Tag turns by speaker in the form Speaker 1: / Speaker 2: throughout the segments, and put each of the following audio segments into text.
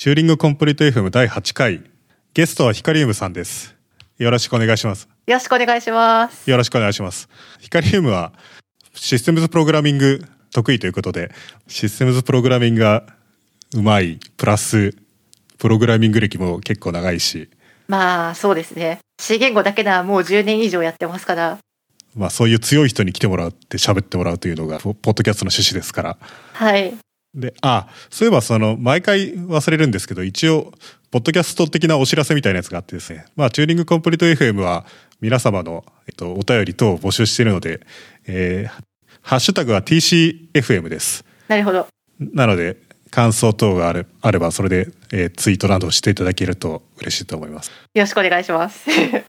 Speaker 1: チューリングコンプリート FM 第8回。ゲストはヒカリウムさんです。よろしくお願いします。
Speaker 2: よろしくお願いします。
Speaker 1: よろしくお願いします。ヒカリウムはシステムズプログラミング得意ということで、システムズプログラミングがうまい、プラス、プログラミング歴も結構長いし、
Speaker 2: まあ、そうですね。C 言語だけならもう10年以上やってますから。
Speaker 1: まあそういう強い人に来てもらうって喋ってもらうというのが、ポポッドキャストの趣旨ですから。
Speaker 2: はい。
Speaker 1: で、あ、そういえばその、毎回忘れるんですけど、一応、ポッドキャスト的なお知らせみたいなやつがあってですね、まあ、チューニングコンプリート FM は、皆様の、えっと、お便り等を募集しているので、えーハッシュタグは TCFM です。
Speaker 2: なるほど。
Speaker 1: なので、感想等があるあれば、それで、えーツイートなどをしていただけると嬉しいと思います。
Speaker 2: よろしくお願いします。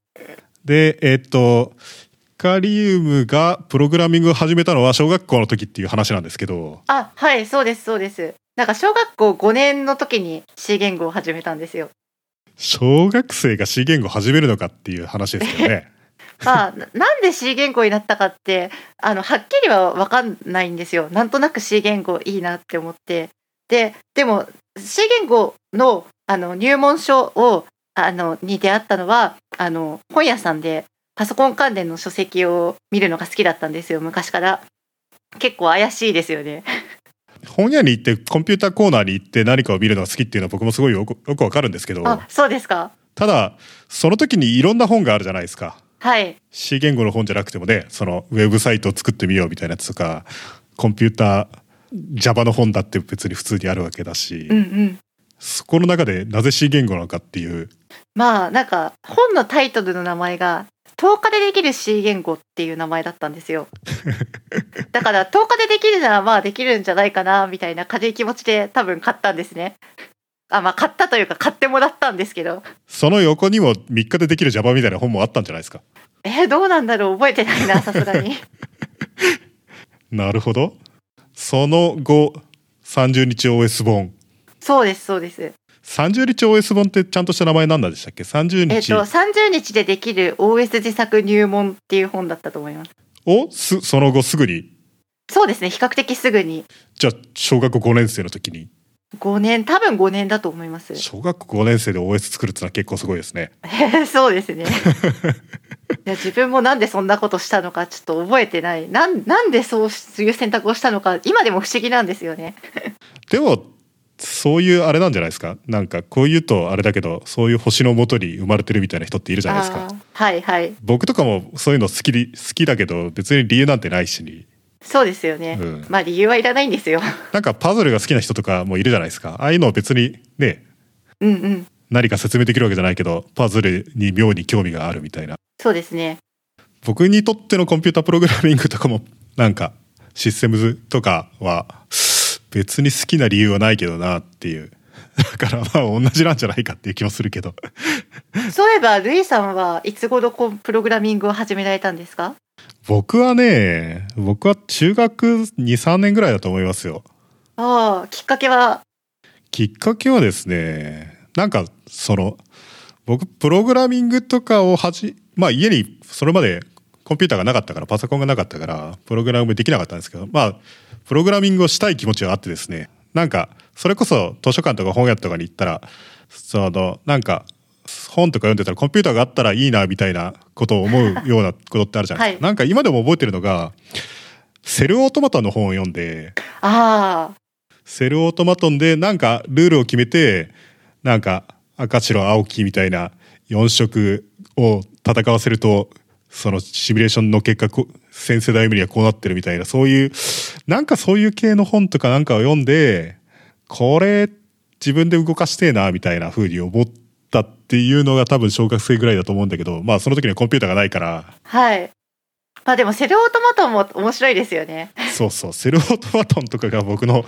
Speaker 1: で、えっと、ヒカリウムがプログラミングを始めたのは小学校の時っていう話なんですけど、
Speaker 2: あ、はい、そうです、そうです。なんか小学校5年の時に C 言語を始めたんですよ。
Speaker 1: 小学生が C 言語を始めるのかっていう話ですよね。
Speaker 2: まあ、ななんで C 言語になったかって、あの、はっきりはわかんないんですよ。なんとなく C 言語いいなって思って。で、でも C 言語のあの入門書を、あの、に出会ったのは、あの、本屋さんでパソコン関連の書籍を見るのが好きだったんですよ、昔から。結構怪しいですよね。
Speaker 1: 本屋に行ってコンピューターコーナーに行って何かを見るのが好きっていうのは僕もすごいよくよくわかるんですけど
Speaker 2: あ、そうですか。
Speaker 1: ただその時にいろんな本があるじゃないですか
Speaker 2: はい。
Speaker 1: C 言語の本じゃなくてもねそのウェブサイトを作ってみようみたいなやつとかコンピューター Java の本だって別に普通にあるわけだし、
Speaker 2: うんうん。
Speaker 1: そこの中でなぜ C 言語なのかっていう
Speaker 2: まあなんか本のタイトルの名前が「10日でできる C 言語」っていう名前だったんですよだから10日でできるならまあできるんじゃないかなみたいな軽い気持ちで多分買ったんですねあまあ買ったというか買ってもらったんですけど
Speaker 1: その横にも3日でできる Java みたいな本もあったんじゃないですか
Speaker 2: えーどうなんだろう覚えてないなさすがに
Speaker 1: なるほどその後30日 OS 本
Speaker 2: そうですそうです
Speaker 1: 30日 OS 本ってちゃんとした名前なんなんでしたっけ30日
Speaker 2: えっ、と30日でできる OS 自作入門っていう本だったと思います
Speaker 1: をすその後すぐに
Speaker 2: そうですね比較的すぐに
Speaker 1: じゃあ小学校5年生の時に
Speaker 2: 5年多分5年だと思います
Speaker 1: 小学校5年生で OS 作るってのは結構すごいですね
Speaker 2: えー そうですね。いや自分もなんでそんなことしたのかちょっと覚えてないなんなんでそういう選択をしたのか今でも不思議なんですよね
Speaker 1: でもそういうあれなんじゃないですかなんかこう言うとあれだけどそういう星のもとに生まれてるみたいな人っているじゃないです
Speaker 2: あ
Speaker 1: か
Speaker 2: ーはいはい
Speaker 1: 僕とかもそういうの好きで好きだけど別に理由なんてないしに
Speaker 2: そうですよね、
Speaker 1: うん
Speaker 2: まあ理由はいらないんですよ
Speaker 1: なんかパズルが好きな人とかもいるじゃないですかああいうのを別にね
Speaker 2: うんうん
Speaker 1: 何か説明できるわけじゃないけどパズルに妙に興味があるみたいな
Speaker 2: そうですね
Speaker 1: 僕にとってのコンピュータープログラミングとかもなんかシステムズとかは別に好きな理由はないけどなっていう だからまあ同じなんじゃないかっていう気もするけど
Speaker 2: そういえばルイさんはいつ頃こうプログラミングを始められたんですか
Speaker 1: 僕はね僕は中学23年ぐらいだと思いますよ
Speaker 2: ああきっかけは
Speaker 1: きっかけはですねなんかその僕プログラミングとかをはじまあ家にそれまでコンピューターがなかったからパソコンがなかったからプログラムできなかったんですけどまあプログラミングをしたい気持ちはあってですねなんかそれこそ図書館とか本屋とかに行ったらそのなんか本とか読んでたらコンピューターがあったらいいなみたいなことを思うようなことってあるじゃないですか、
Speaker 2: は
Speaker 1: なんか今でも覚えてるのがセルオートマタの本を読んで
Speaker 2: ああ
Speaker 1: セルオートマトンでなんかルールを決めてなんか赤白青黄みたいな4色を戦わせるとそのシミュレーションの結果こ先世代目にはこうなってるみたいなそういうなんかそういう系の本とかなんかを読んでこれ自分で動かしてえなみたいな風に思ったっていうのが多分小学生ぐらいだと思うんだけどまあその時にはコンピューターがないから
Speaker 2: はいまあでもセルオートマトンも面白いですよね
Speaker 1: そうそうセルオートマトンとかが僕の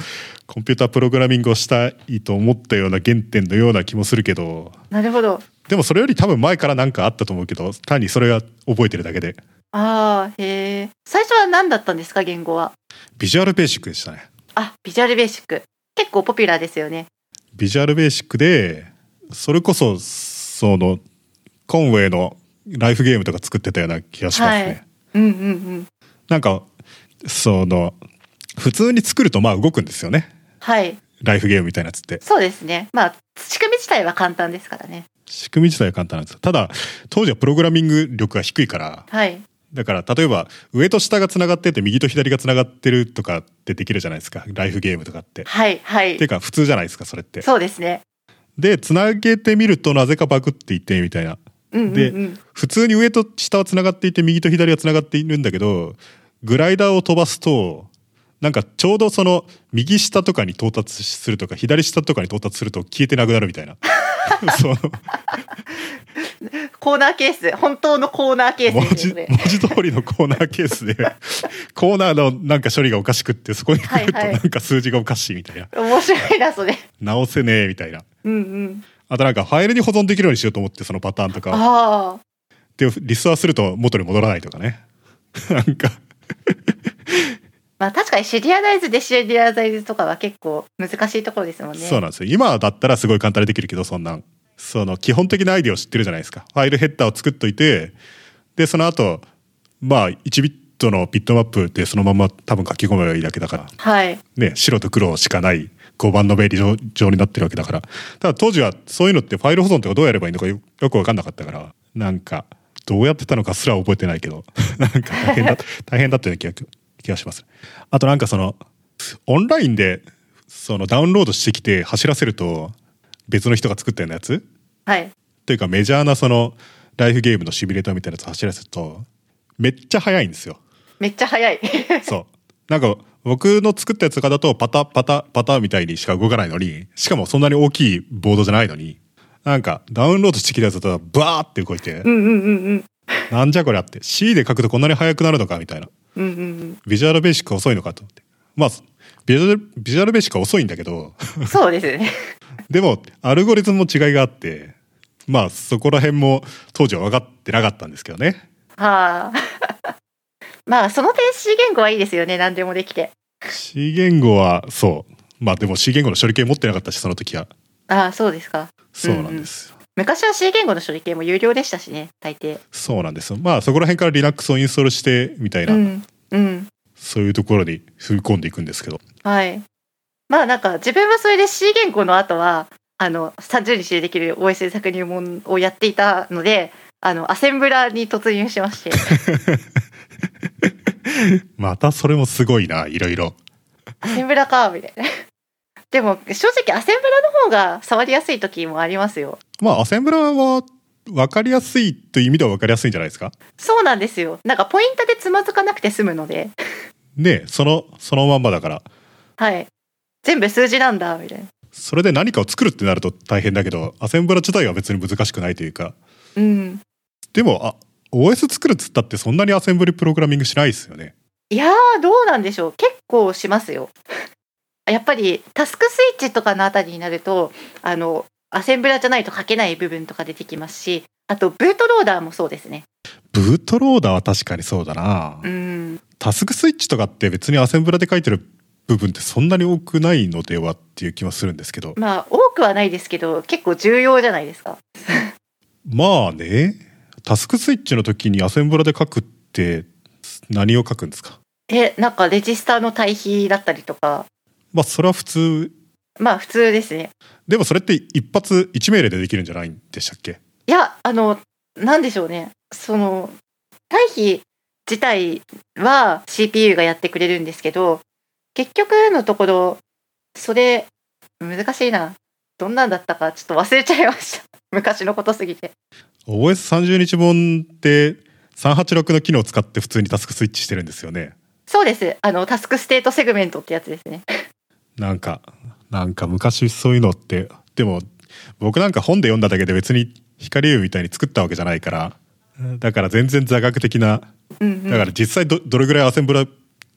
Speaker 1: コンピュータープログラミングをしたいと思ったような原点のような気もするけど
Speaker 2: なるほど
Speaker 1: でもそれより多分前から何かあったと思うけど単にそれが覚えてるだけで
Speaker 2: ああへえ最初は何だったんですか言語は
Speaker 1: ビジュアルベーシックでしたね
Speaker 2: あ、ビジュアルベーシック。結構ポピュラーですよね。
Speaker 1: ビジュアルベーシックでそれこそそのコンウェイのライフゲームとか作ってたような気がしますね、
Speaker 2: はいうんうんうん。
Speaker 1: なんかその普通に作るとまあ動くんですよね
Speaker 2: はい。
Speaker 1: ライフゲームみたいなやつって
Speaker 2: そうですねまあ仕組み自体は簡単ですからね
Speaker 1: 仕組み自体は簡単なんですただ当時はプログラミング力が低いから
Speaker 2: はい
Speaker 1: だから例えば上と下がつながってて右と左がつながってるとかってできるじゃないですかライフゲームとかって。
Speaker 2: はいは
Speaker 1: ってい
Speaker 2: いう
Speaker 1: か普通じゃないですかそれって。
Speaker 2: そうですね
Speaker 1: でつなげてみるとなぜかバグっていってみたいな
Speaker 2: うんうんう
Speaker 1: で
Speaker 2: ん
Speaker 1: 普通に上と下はつながっていて右と左はつながっているんだけどグライダーを飛ばすとなんかちょうどその右下とかに到達するとか左下とかに到達すると消えてなくなるみたいなそう
Speaker 2: コーナーケース本当のコーナーケース
Speaker 1: 文
Speaker 2: です
Speaker 1: 字
Speaker 2: よね
Speaker 1: 文字通りのコーナーケース でコーナーのなんか処理がおかしくってそこに来ると
Speaker 2: はいはい
Speaker 1: なんか数字がおかしいみたいな、
Speaker 2: 面白いなそれ
Speaker 1: 直せねえみたいな
Speaker 2: うんうん
Speaker 1: あとなんかファイルに保存できるようにしようと思ってそのパターンとかを
Speaker 2: ああ
Speaker 1: でリストアすると元に戻らないとかね なんか
Speaker 2: まあ確かにシリアライズでシリアライズとかは結構難しいところですもんね
Speaker 1: そうなんですよ今だったらすごい簡単にできるけどそんなんその基本的なアイデアを知ってるじゃないですかファイルヘッダーを作っといてでその後まあ1ビットのビットマップでそのまま多分書き込めばいいだけだから
Speaker 2: はい
Speaker 1: ね白と黒しかない5番のベリー状になってるわけだからただ当時はそういうのってファイル保存とかどうやればいいのかよよく分かんなかったからなんかどうやってたのかすら覚えてないけど なんか大変だ大変だったような気が気がしますあとなんかそのオンラインでそのダウンロードしてきて走らせると別の人が作ったようなやつ
Speaker 2: はい
Speaker 1: というかメジャーなそのライフゲームのシミュレーターみたいなやつ走らせるとめっちゃ速いんですよ
Speaker 2: めっちゃ早い
Speaker 1: そう。なんか僕の作ったやつとかだとパタパタパタみたいにしか動かないのに、しかもそんなに大きいボードじゃないのに、なんかダウンロードしてきたやつだとバーって動いて
Speaker 2: う、んうんうんうん
Speaker 1: なんじゃこりゃって、C で書くとこんなに速くなるのかみたいな。
Speaker 2: うんうん
Speaker 1: ビジュアルベーシックは遅いのかと思って。まあ、ビジュアルビジュアルベーシックは遅いんだけど、
Speaker 2: うん そうですよね
Speaker 1: でもアルゴリズムの違いがあって、まあそこら辺も当時は分かってなかったんですけどね。
Speaker 2: はあ まあその点 C 言語はいいですよね何でもできて
Speaker 1: C 言語はそう。まあでも C 言語の処理系持ってなかったし、その時は。
Speaker 2: ああそうですか
Speaker 1: そうなんですよ。
Speaker 2: 昔は C 言語の処理系も有料でしたしね大抵
Speaker 1: そうなんですよまあそこら辺から Linux をインストールしてみたいな、
Speaker 2: うんうん
Speaker 1: そういうところに踏み込んでいくんですけど
Speaker 2: はいまあなんか自分はそれで C 言語の後はあの30日でできる OS 作入門をやっていたのであのアセンブラに突入しまして
Speaker 1: またそれもすごいないろいろ
Speaker 2: アセンブラかみたいなでも正直アセンブラの方が触りやすい時もありますよ
Speaker 1: まあアセンブラは分かりやすいという意味では分かりやすいんじゃないですか
Speaker 2: そうなんですよなんかポイントでつまずかなくて済むので
Speaker 1: ねえそのそのまんまだから
Speaker 2: はい全部数字なんだみたいな
Speaker 1: それで何かを作るってなると大変だけどアセンブラ自体は別に難しくないというか
Speaker 2: うん
Speaker 1: でもあ OS 作るっつったってそんなにアセンブリプログラミングしないですよね
Speaker 2: いやーどうなんでしょう結構しますよ やっぱりタスクスイッチとかのあたりになるとあのアセンブラじゃないと書けない部分とか出てきますしあとブートローダーもそうですね
Speaker 1: ブートローダーは確かにそうだな
Speaker 2: うん
Speaker 1: タスクスイッチとかって別にアセンブラで書いてる部分ってそんなに多くないのではっていう気はするんですけど
Speaker 2: まあ多くはないですけど結構重要じゃないですか
Speaker 1: まあねタスクスイッチの時にアセンブラで書くって何を書くんですか
Speaker 2: えなんかレジスターの対比だったりとか
Speaker 1: まあそれは普通
Speaker 2: まあ普通ですね
Speaker 1: でもそれって一発一命令でできるんじゃないんでしたっけ
Speaker 2: いやあのなんでしょうねその対比自体は CPU がやってくれるんですけど結局のところそれ難しいなどんなんだったかちょっと忘れちゃいました 昔のことすぎて
Speaker 1: OS30 日本って386の機能を使って普通にタスクスイッチしてるんですよね
Speaker 2: そうですあのタスクステートセグメントってやつですね
Speaker 1: なんかなんか昔そういうのってでも僕なんか本で読んだだけで別に光龍みたいに作ったわけじゃないからだから全然座学的な
Speaker 2: うん
Speaker 1: だ
Speaker 2: うん
Speaker 1: から実際どどれぐらいアセンブラ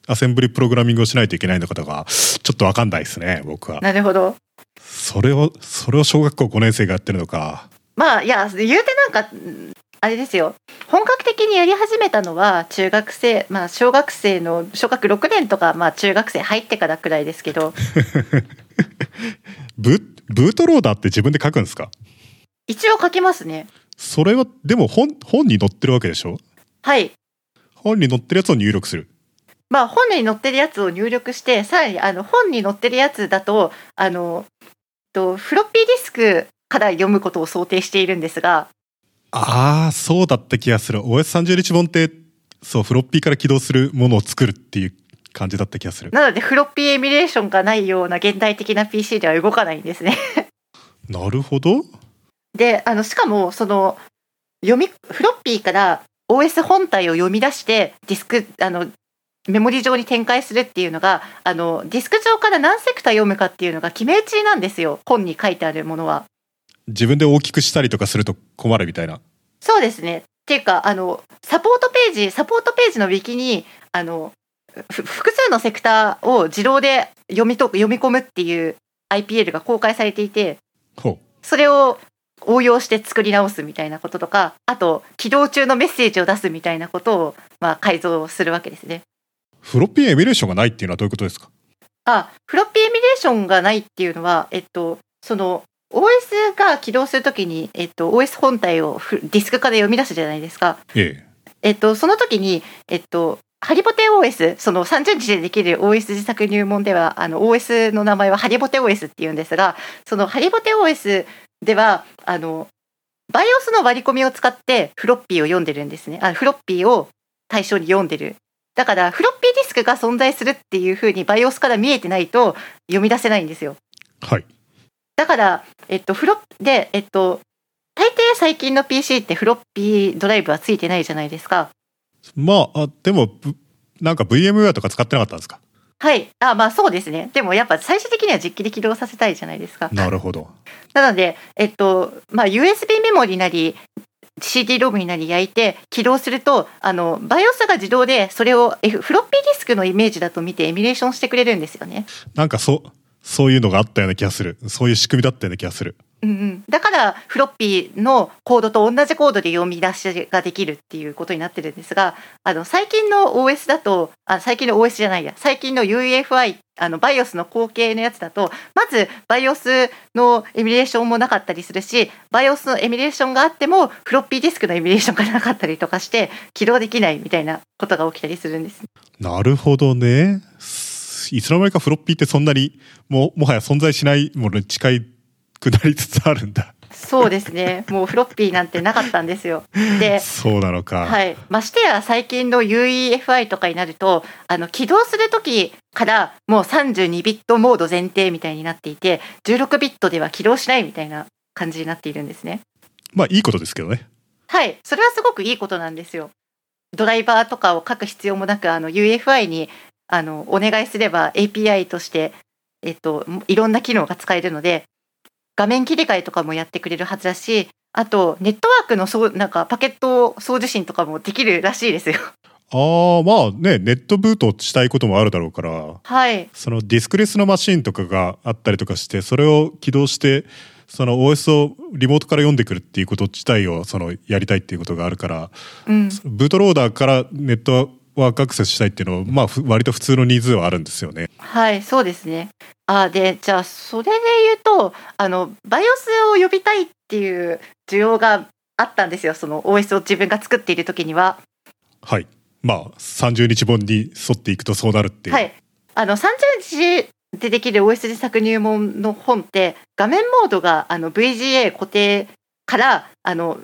Speaker 1: アセンブリプログラミングをしないといけないのかとかちょっとわかんないですね僕は
Speaker 2: なるほど
Speaker 1: それをそれを小学校5年生がやってるのか
Speaker 2: まあいや言うてなんかうんあれですよ本格的にやり始めたのは中学生まあ小学生の小学6年とかまあ中学生入ってからくらいですけど
Speaker 1: ブブートローダーって自分で書くんですか
Speaker 2: 一応書きますね
Speaker 1: それはでも本本に載ってるわけでしょ
Speaker 2: はい
Speaker 1: 本に載ってるやつを入力する
Speaker 2: まあ、本に載ってるやつを入力してさらにあの本に載ってるやつだとあのとフロッピーディスクから読むことを想定しているんですが
Speaker 1: ああそうだった気がする OS30 日本ってそうフロッピーから起動するものを作るっていう感じだった気がする
Speaker 2: なのでフロッピーエミュレーションがないような現代的な PC では動かないんですね。
Speaker 1: なるほど
Speaker 2: であのしかもその読みフロッピーから OS 本体を読み出してディスクあのメモリ上に展開するっていうのがあのディスク上から何セクター読むかっていうのが決め打ちなんですよ本に書いてあるものは。
Speaker 1: 自分で大きくしたりとかすると困るみたいな
Speaker 2: そうですねっていうかあのサポートページサポートページのウィキにあのふ複数のセクターを自動で読みと読み込むっていう IPL が公開されていて
Speaker 1: ほ
Speaker 2: それを応用して作り直すみたいなこととかあと起動中のメッセージを出すみたいなことを、まあ、改造するわけですね。
Speaker 1: うフロッピーエミュレーションがないっていうのはどういうことですか
Speaker 2: あフロッピーエミュレーションがないっていうのは、えっと、その OS が起動するときに、えっと、OS 本体をフディスク化で読み出すじゃないですか。
Speaker 1: え
Speaker 2: えっと、その時に、えっと、ハリボテ OS その30日でできる OS 自作入門ではあの OS の名前はハリボテ OS っていうんですがそのハリボテ OS ではあの BIOS の割り込みを使ってフロッピーを読んでるんですねあフロッピーを対象に読んでるだからフロッピーディスクが存在するっていうふうに BIOS から見えてないと読み出せないんですよ
Speaker 1: えはい
Speaker 2: だから、えっと、フロッで、えっと、大抵最近の PC ってフロッピードライブはついてないじゃないですか
Speaker 1: まああでもぶなんか VMware とか使ってなかったんですか
Speaker 2: はい。あ、まあそうですね。でもやっぱ最終的には実機で起動させたいじゃないですか。
Speaker 1: なるほど
Speaker 2: なので、えっと、まあ USB メモリなり、CD ロムになり焼いて起動すると、あの、BIOS が自動でそれを、F、フロッピーディスクのイメージだと見てエミュレーションしてくれるんですよね。
Speaker 1: なんかそそういうのがあったような気がするそういう仕組みだったような気がする
Speaker 2: うんうん、だからフロッピーのコードと同じコードで読み出しができるっていうことになってるんですがあの最近の OS だとあ最近の OS じゃないや最近の UEFI あの BIOS の後継のやつだとまず BIOS のエミュレーションもなかったりするし BIOS のエミュレーションがあってもフロッピーディスクのエミュレーションがなかったりとかして起動できないみたいなことが起きたりするんです
Speaker 1: なるほどねすいつの間にかフロッピーってそんなにもうもはや存在しないものに近いくなりつつあるんだ
Speaker 2: そうですねもうフロッピーなんてなかったんですよで
Speaker 1: そうなのか、
Speaker 2: はい、ましてや最近の UEFI とかになるとあの起動する時からもう32ビットモード前提みたいになっていて16ビットでは起動しないみたいな感じになっているんですね。
Speaker 1: まあいいことですけどね
Speaker 2: はいそれはすごくいいことなんですよ。ドライバーとかを書く必要もなくあの UEFI にあのお願いすれば API として、えっと、いろんな機能が使えるので画面切り替えとかもやってくれるはずだしあとネットワークのそうなんかパケット送受信とかもできるらしいですよ。
Speaker 1: ああまあねネットブートしたいこともあるだろうから
Speaker 2: はい、
Speaker 1: そのディスクレスのマシンとかがあったりとかしてそれを起動してその OS をリモートから読んでくるっていうこと自体をそのやりたいっていうことがあるから
Speaker 2: うん、
Speaker 1: ブートローダーからネットワークアクセスしたいっていうのはまあふ割と普通のニーズはあるんですよね。
Speaker 2: はい、そうですね。あで、じゃあ、それで言うと、あの、BIOS を呼びたいっていう需要があったんですよ、その OS を自分が作っている時には。
Speaker 1: はい。まあ30日本に沿っていくとそうなるっていう。
Speaker 2: はい。あの、30日でできる OS 自作入門の本って、画面モードがあの VGA 固定から、あの、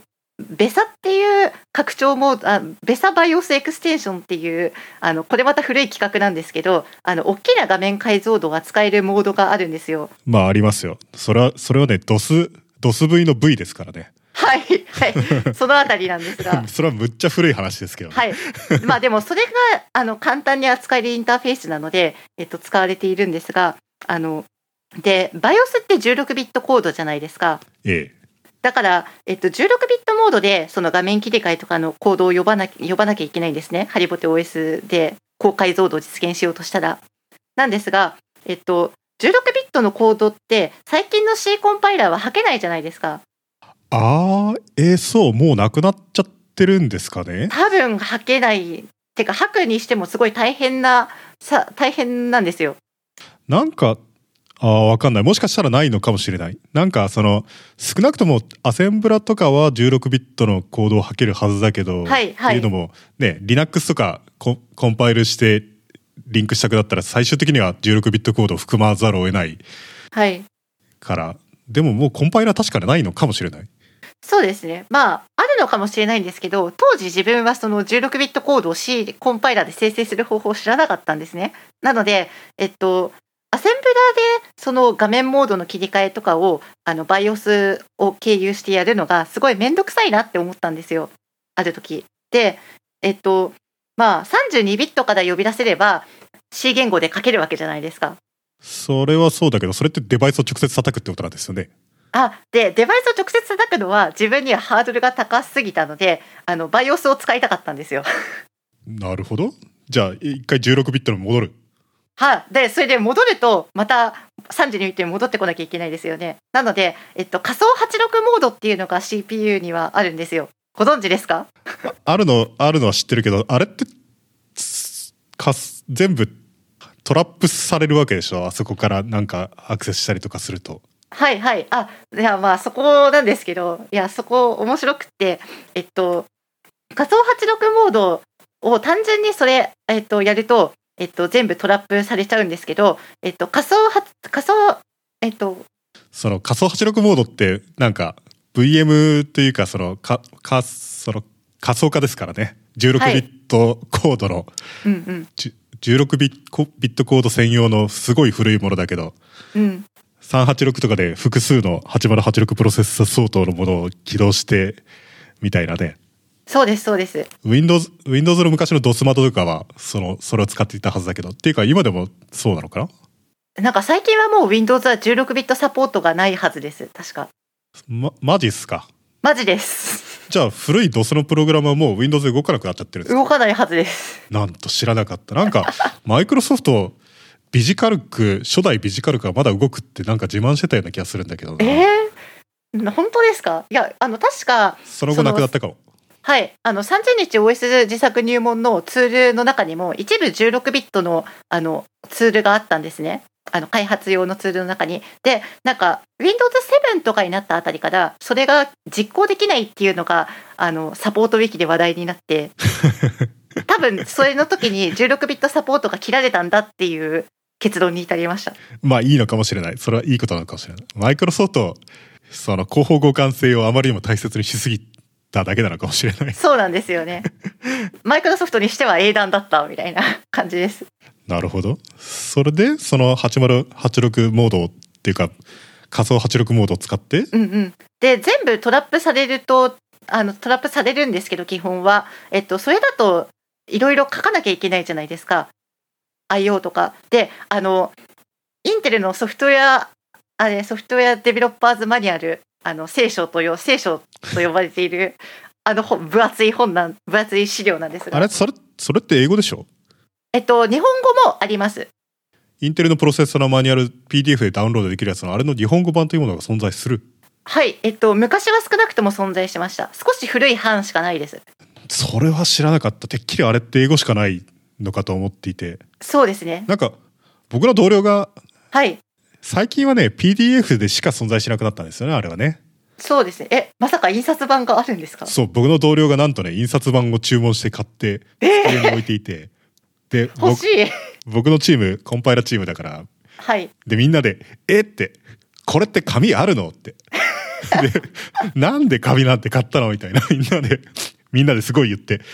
Speaker 2: ベサっていう拡張モード、あベサ BIOS エクステンションっていう、あの、これまた古い企画なんですけど、あの、大きな画面解像度が使えるモードがあるんですよ。
Speaker 1: まあありますよ。それはそれはねドスドス V の V ですからね。。
Speaker 2: はい、はい、そのあたりなんです が
Speaker 1: それはむっちゃ古い話ですけど、ね
Speaker 2: はい、まあでもそれがあの簡単に扱えるインターフェースなので、えっと、使われているんですがあので BIOS って16ビットコードじゃないですか
Speaker 1: ええ。
Speaker 2: だから、えっと、16ビットモードでその画面切り替えとかのコードを呼ばな呼ばなきゃいけないんですねハリボテ OS で高解像度を実現しようとしたら。なんですが、えっと、16ビットのコードって最近の C コンパイラーは吐けないじゃないですか。
Speaker 1: ああえー、そうもうなくなっちゃってるんですかね。
Speaker 2: 多分吐けないてか吐くにしてもすごい大変なさ大変なんですよ
Speaker 1: なんか、ああ、わかんない。もしかしたらないのかもしれない。なんか、その、少なくともアセンブラとかは16ビットのコードを吐けるはずだけど、
Speaker 2: はいはい
Speaker 1: っていうのも、ね、Linux とかコンコンパイルして、リンクしたくなったら最終的には16ビットコードを含まざるを得ない
Speaker 2: はい。
Speaker 1: から、でももうコンパイラー確かにないのかもしれない。
Speaker 2: そうですね。まあ、あるのかもしれないんですけど、当時自分はその16ビットコードを C コンパイラーで生成する方法を知らなかったんですね。なので、えっと、アセンブラーでその画面モードの切り替えとかを、あの、BIOS を経由してやるのがすごいめんどくさいなって思ったんですよ。ある時。で、えっと、まあ、32ビットから呼び出せれば C 言語で書けるわけじゃないですか。
Speaker 1: それはそうだけど、それってデバイスを直接叩くってことなんですよね。
Speaker 2: あでデバイスを直接叩くのは自分にはハードルが高すぎたのであの BIOS を使いたかったんですよ。
Speaker 1: なるほど。じゃあ、一回16ビットに戻る。
Speaker 2: はでそれで戻るとまた32ビットに戻ってこなきゃいけないですよね。なので、えっと、仮想86モードっていうのが CPU にはあるんですよ。ご存知ですか
Speaker 1: あるの、あるのは知ってるけど、あれって、つかす全部トラップされるわけでしょあそこからなんかアクセスしたりとかすると。
Speaker 2: はいはい。あ、いやまあそこなんですけど、いやそこ面白くって、えっと、仮想86モードを単純にそれ、えっと、やると、えっと、全部トラップされちゃうんですけど、えっと、仮想は、仮想、えっと、
Speaker 1: その仮想86モードってなんか VM というかそのかかその仮想化ですからね
Speaker 2: はい
Speaker 1: 16ビットコードの、
Speaker 2: うんうん、
Speaker 1: じゅ16ビッコビットコード専用のすごい古いものだけど
Speaker 2: うん、
Speaker 1: 386とかで複数の8086プロセッサ相当のものを起動してみたいなね
Speaker 2: そうですそうです。
Speaker 1: Windows, Windows の昔の DOS マトとかはそのそれを使っていたはずだけどっていうか今でもそうなのかな
Speaker 2: なんか最近はもう Windows は16ビットサポートがないはずです。確か。
Speaker 1: まマジっすか
Speaker 2: マジです。
Speaker 1: じゃあ古い DOS のプログラムはもう Windows で動かなくなっちゃってるんですか
Speaker 2: 動かないはずです。
Speaker 1: なんと知らなかった。なんか、 マイクロソフト、ビジカルク、初代ビジカルクがまだ動くってなんか自慢してたような気がするんだけどな。
Speaker 2: えー、本当ですかいや、あの、確か、
Speaker 1: その後なくなったかも。
Speaker 2: はい、あの30日 OS 自作入門のツールの中にも一部16ビットのあのツールがあったんですね。あの開発用のツールの中に。で、なんか Windows7 とかになったあたりから、それが実行できないっていうのが、あのサポートウィキで話題になって、多分それの時に16ビットサポートが切られたんだっていう結論に至りました。
Speaker 1: まあいいのかもしれない。それはいいことなのかもしれない。マイクロソフト、その広報互換性をあまりにも大切にしすぎただけなのかもしれない。
Speaker 2: そうなんですよね。マイクロソフトにしては英断だったみたいな感じです。
Speaker 1: なるほど。それで、その8086モードっていうか、仮想86モードを使って、
Speaker 2: うんうん、で全部トラップされるとあのトラップされるんですけど基本は、えっと、それだといろいろ書かなきゃいけないじゃないですか IO とか。であのインテルのソフトウェアあれソフトウェアデベロッパーズマニュアルあの聖書とよ聖書と呼ばれているあの本分厚い本なん分厚い資料なんです
Speaker 1: あ
Speaker 2: が
Speaker 1: れ、それ、それって英語でしょ
Speaker 2: えっと、日本語もあります。
Speaker 1: インテルのプロセッサーのマニュアル PDF でダウンロードできるやつのあれの日本語版というものが存在する。
Speaker 2: はい、えっと、昔は少なくとも存在してました。少し古い版しかないです。
Speaker 1: それは知らなかったてっきりあれって英語しかないのかと思っていて
Speaker 2: そうですね。
Speaker 1: なんか僕の同僚が
Speaker 2: はい。
Speaker 1: 最近はね PDF でしか存在しなくなったんですよねあれはね
Speaker 2: そうですね。え、まさか印刷版があるんですか。
Speaker 1: そう僕の同僚がなんとね印刷版を注文して買って机に置いていて、で
Speaker 2: 欲
Speaker 1: 僕
Speaker 2: しい。
Speaker 1: 僕のチームコンパイラチームだから
Speaker 2: はい。
Speaker 1: でみんなで「えっ?」て「これって紙あるの?」ってで「なんで紙なんて買ったの?」みたいなみんなでみんなですごい言って「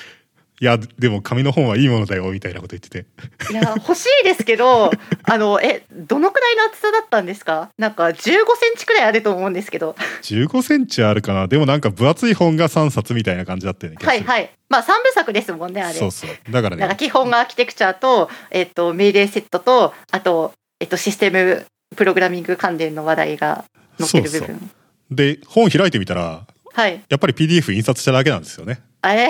Speaker 1: いやでも紙の本はいいものだよ」みたいなこと言ってて
Speaker 2: いや、欲しいですけど、 あの、え、どのくらいの厚さだったんですか。なんか15センチくらいあると思うんですけど。
Speaker 1: 15センチあるかなでもなんか分厚い本が3冊みたいな感じだったよね
Speaker 2: はいはい。まあ、三部作ですもんね、あれ。
Speaker 1: そうそうだから
Speaker 2: なんか
Speaker 1: ね
Speaker 2: 基本がアーキテクチャと、えっと、命令セットと、あと、えっと、システム。プログラミング関連の話題が載ってる部分。
Speaker 1: そうで本開いてみたら
Speaker 2: はい。
Speaker 1: やっぱり PDF 印刷しただけなんですよ ね
Speaker 2: あえ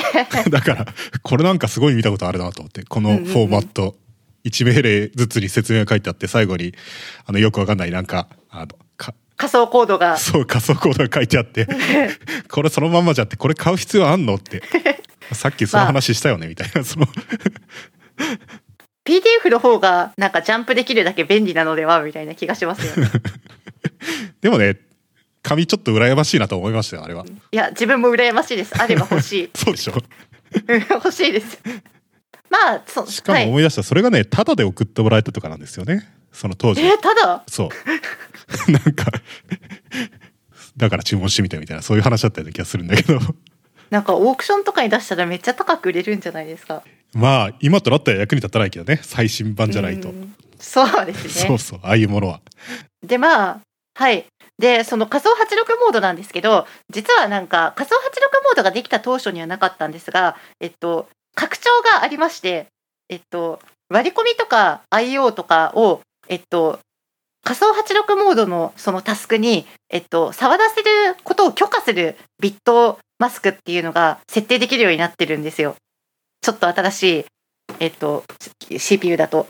Speaker 1: だからこれなんかすごい見たことあるなと思ってこのフォーマット1命令ずつに説明が書いてあって最後にあのよくわかんないなんかあのか
Speaker 2: 仮想コー ドが。
Speaker 1: そう仮想コードが書いてあ ってこれそのまんまじゃってこれ買う必要あんのってさっきその話したよねみたいなその
Speaker 2: PDF の方がなんかジャンプできるだけ便利なのではみたいな気がしますよね。
Speaker 1: でもね紙ちょっと羨ましいなと思いましたよあれはい
Speaker 2: や自分も羨ましいです。あれば欲しい。
Speaker 1: そうでしょ
Speaker 2: うん欲しいです。まあそ
Speaker 1: しかも
Speaker 2: はい、
Speaker 1: 思い出した、それがね、タダで送ってもらえたとかなんですよね。その当時。
Speaker 2: えーただ
Speaker 1: そう。 なんか、だから注文してみたみたいな、そういう話だったような気がするんだけど。
Speaker 2: なんかオークションとかに出したらめっちゃ高く売れるんじゃないですか
Speaker 1: まあ、今となったら役に立たないけどね、最新版じゃないと
Speaker 2: う。んそうです
Speaker 1: そ
Speaker 2: ね
Speaker 1: うそう、ああいうものは。
Speaker 2: でまあはいでその仮想86モードなんですけど実はなんか仮想86モードができた当初にはなかったんですがえっと拡張がありましてえっと割り込みとか IO とかをえっと仮想86モードのそのタスクに、えっと、触らせることを許可するビットマスクっていうのが設定できるようになってるんですよ。ちょっと新しい、えっと、CPU だと。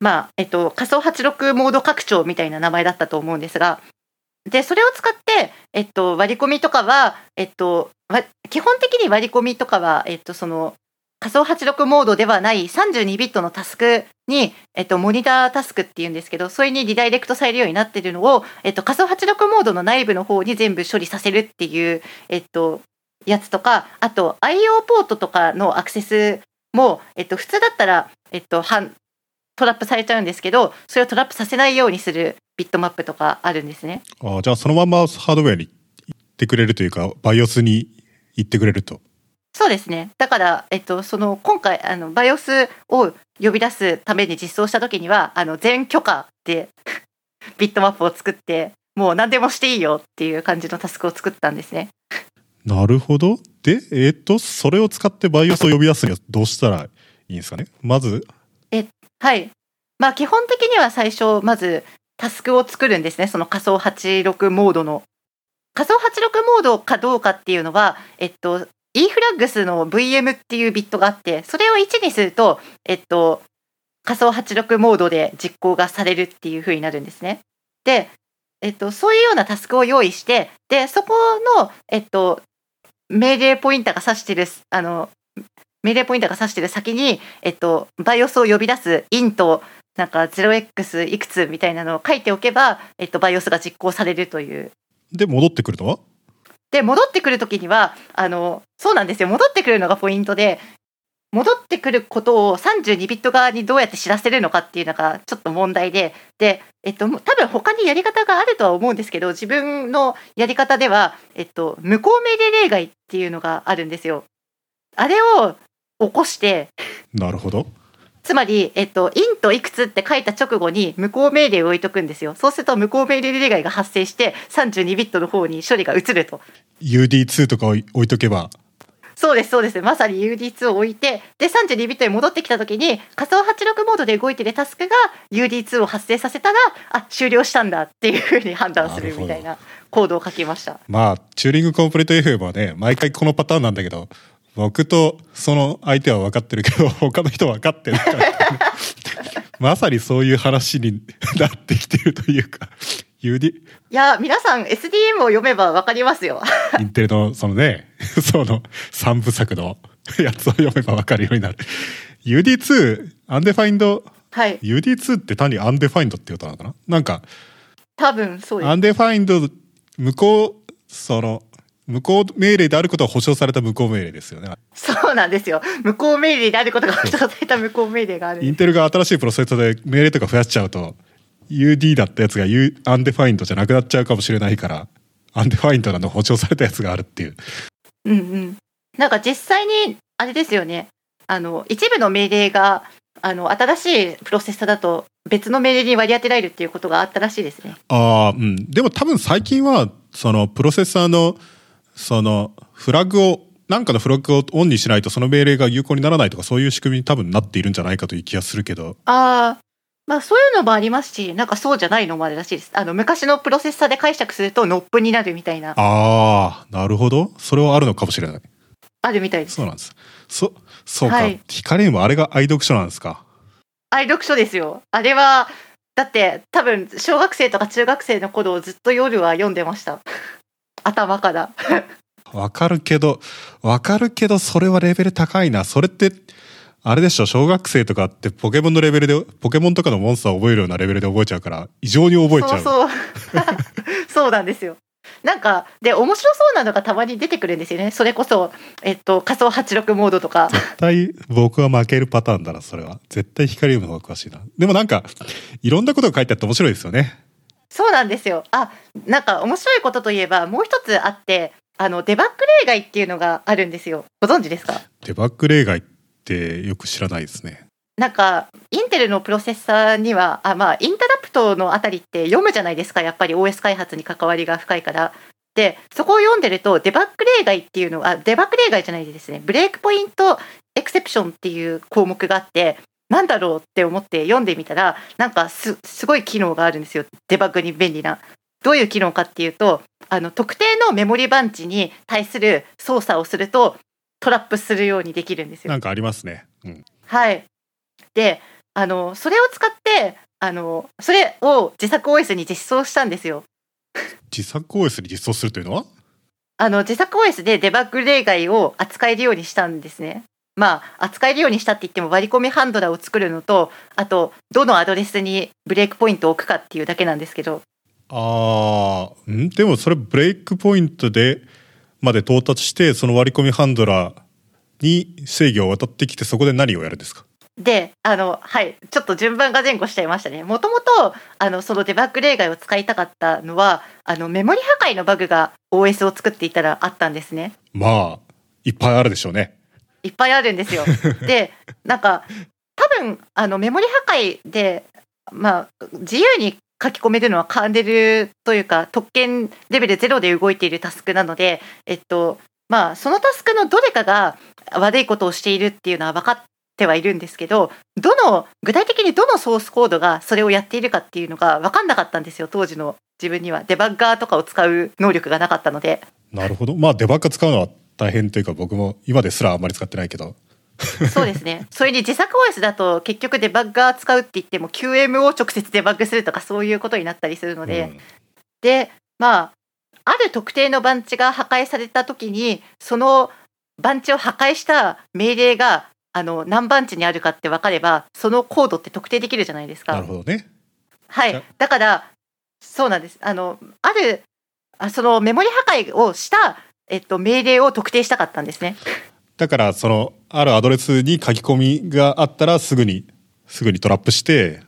Speaker 2: まあ、えっと、仮想86モード拡張みたいな名前だったと思うんですが、で、それを使って、えっと、割り込みとかは、えっと、わ基本的に割り込みとかは、えっと、その、仮想86モードではない32ビットのタスクに、えっと、モニタータスクっていうんですけど、それにリダイレクトされるようになってるのを、えっと、仮想86モードの内部の方に全部処理させるっていう、えっと、やつとか、あと、IO ポートとかのアクセスも、えっと、普通だったら、えっと、反トラップされちゃうんですけどそれをトラップさせないようにするビットマップとかあるんですね。
Speaker 1: ああじゃあ、そのまんまハードウェアに行ってくれるというか、バイオスに行ってくれると。
Speaker 2: そうですねだから、えっと、その今回あの BIOS を呼び出すために実装した時にはあの全許可で ビットマップを作ってもう何でもしていいよっていう感じのタスクを作ったんですね。
Speaker 1: なるほど。で、えーっと、それを使ってバイオスを呼び出すにはどうしたらいいんですかね。まず、
Speaker 2: はい。まあ基本的には最初まずタスクを作るんですね。その仮想86モードの仮想86モードかどうかっていうのは、えっと e フラッグスの VM っていうビットがあって、それを1にするとえっと仮想86モードで実行がされるっていう風になるんですね。で、えっとそういうようなタスクを用意して、でそこのえっと命令ポインターが指してるあの命令ポインターが指してる先に、えっと、バイオスを呼び出す int なんか 0x いくつみたいなのを書いておけば、えっと、バイオスが実行されるという。
Speaker 1: で、戻ってくるのは
Speaker 2: で戻ってくる時にはあのそうなんですよ戻ってくるのがポイントで戻ってくることを32ビット側にどうやって知らせるのかっていうのがちょっと問題でで、えっと、もう多分他にやり方があるとは思うんですけど自分のやり方では、えっと、無効命令例外っていうのがあるんですよ。あれを起こして
Speaker 1: なるほど。
Speaker 2: つまり、えっと、インといくつって書いた直後に無効命令を置いとくんですよ。そうすると無効命令例外が発生して32ビットの方に処理が移ると。
Speaker 1: UD2 とかを置いとけば、
Speaker 2: そうです、そうです。まさに UD2 を置いて、で、32ビットに戻ってきた時に仮想86モードで動いてるタスクが UD2 を発生させたら、あ、終了したんだっていうふうに判断するみたいなコードを書きました。
Speaker 1: まあ、チューリングコンプリート FM はね、毎回このパターンなんだけど、僕とその相手は分かってるけど、 他の人は分かってないから、まさにそういう話になってきてるというか、UD、
Speaker 2: いや、皆さん SDM を読めばわかりますよ。
Speaker 1: インテルのそのね、 その三部作の やつを読めば分かるようになる。UD2、アンデファインド、
Speaker 2: はい。
Speaker 1: UD2 って単にアンデファインドっていうことなのかななんか、
Speaker 2: 多分そうです
Speaker 1: ア。ンデファインド無効その無効命令であることは保証された無効命令ですよね。
Speaker 2: そうなんですよ。無効命令であることが保証された無効命令があるんです
Speaker 1: インテルが新しいプロセッサーで命令とか増やしちゃうと UD だったやつが U アンデファインドじゃなくなっちゃうかもしれないから アンデファインドなの保証されたやつがあるっていう。
Speaker 2: うんうん、なんか実際にあれですよねあの一部の命令があの新しいプロセッサーだと別の命令に割り当てられるっていうことがあったらしいですね。
Speaker 1: ああ、うん。でも多分最近は、そのプロセッサーの、そのフラグを、なんかのフラグをオンにしないとその命令が有効にならないとかそういう仕組みに多分なっているんじゃないかという気がするけど、
Speaker 2: あーまあ、そういうのもありますしなんかそうじゃないのもあるらしいですあの昔のプロセッサーで解釈するとノップになるみたいなあ
Speaker 1: ああ、なるほど。それはあるのかもしれない。
Speaker 2: るみたいです
Speaker 1: そうなんです。そ、そうか。
Speaker 2: はい
Speaker 1: 光にもあれが愛読書なんですか。
Speaker 2: 愛読書ですよあれはだって多分小学生とか中学生の頃ずっと夜は読んでました 頭から
Speaker 1: わかるけど、わかるけど、それはレベル高いな。それって、あれでしょ、小学生とかってポケモンのレベルで、ポケモンとかのモンスターを覚えるようなレベルで覚えちゃうから、異常に覚えちゃう。
Speaker 2: そうそうそうなんですよなんかで面白そうなのがたまに出てくるんですよねそれこそ、えっと、仮想86モードとか
Speaker 1: 絶対僕は負けるパターンだな、それは。絶対光読む方が詳しいな。でもなんか、いろんなことが書いてあって面白いですよね。
Speaker 2: そうなんですよあなんか面白いことといえばもう一つあってあのデバッグ例外っていうのがあるんですよご存知ですか
Speaker 1: デバッグ例外ってよく知らないですね。
Speaker 2: なんかインテルのプロセッサーにはあ、まあ、インタラプトのあたりって読むじゃないですかやっぱり OS 開発に関わりが深いから。でそこを読んでるとデバッグ例外っていうのあデバッグ例外じゃないですねブレイクポイントエクセプションっていう項目があってなんだろうって思って読んでみたらなんかすすごい機能があるんですよデバッグに便利な。どういう機能かっていうとあの特定のメモリ番地に対する操作をするとトラップするようにできるんですよ
Speaker 1: な。んかありますね。うん。
Speaker 2: はい。で、あの、それを使って、あの、それを自作 OS に実装したんですよ。
Speaker 1: 自作 OS に実装するというのは
Speaker 2: あの、自作 OS でデバッグ例外を扱えるようにしたんですね。まあ、扱えるようにしたって言っても割り込みハンドラを作るのと、あと、どのアドレスにブレイクポイントを置くかっていうだけなんですけど、
Speaker 1: あーんでもそれブレイクポイントでまで到達してその割り込みハンドラーに制御を渡ってきてそこで何をやるんですか
Speaker 2: で、あの、はい、ちょっと順番が前後しちゃいましたね。もともと、あの、そのデバッグ例外を使いたかったのは、あの、メモリ破壊のバグが OS を作っていたらあったんですね。
Speaker 1: まあいっぱいあるでしょうね
Speaker 2: いっぱいあるんですよ。でなんか多分あのメモリ破壊で、まあ、自由に書き込めるのはカーネルというか特権レベル0で動いているタスクなので、えっとまあ、そのタスクのどれかが悪いことをしているっていうのは分かってはいるんですけどどの具体的にどのソースコードがそれをやっているかっていうのが分かんなかったんですよ当時の自分にはデバッガーとかを使う能力がなかったので。
Speaker 1: なるほどまあデバッグ使うのは大変というか僕も今ですらあんまり使ってないけど
Speaker 2: そうで すね。それに自作 OS だと結局デバッガー使うって言っても QM を直接デバッグするとかそういうことになったりするので、
Speaker 1: うん
Speaker 2: でまあある特定の番地が破壊された時にその番地を破壊した命令があの何番地にあるかって分かればそのコードって特定できるじゃないですか。
Speaker 1: なるほどね
Speaker 2: は
Speaker 1: じゃ
Speaker 2: い、だからそうなんですあのあるあそのメモリ破壊をした、えっと、命令を特定したかったんですね。
Speaker 1: だからそのあるアドレスに書き込みがあったらすぐにすぐにトラップして、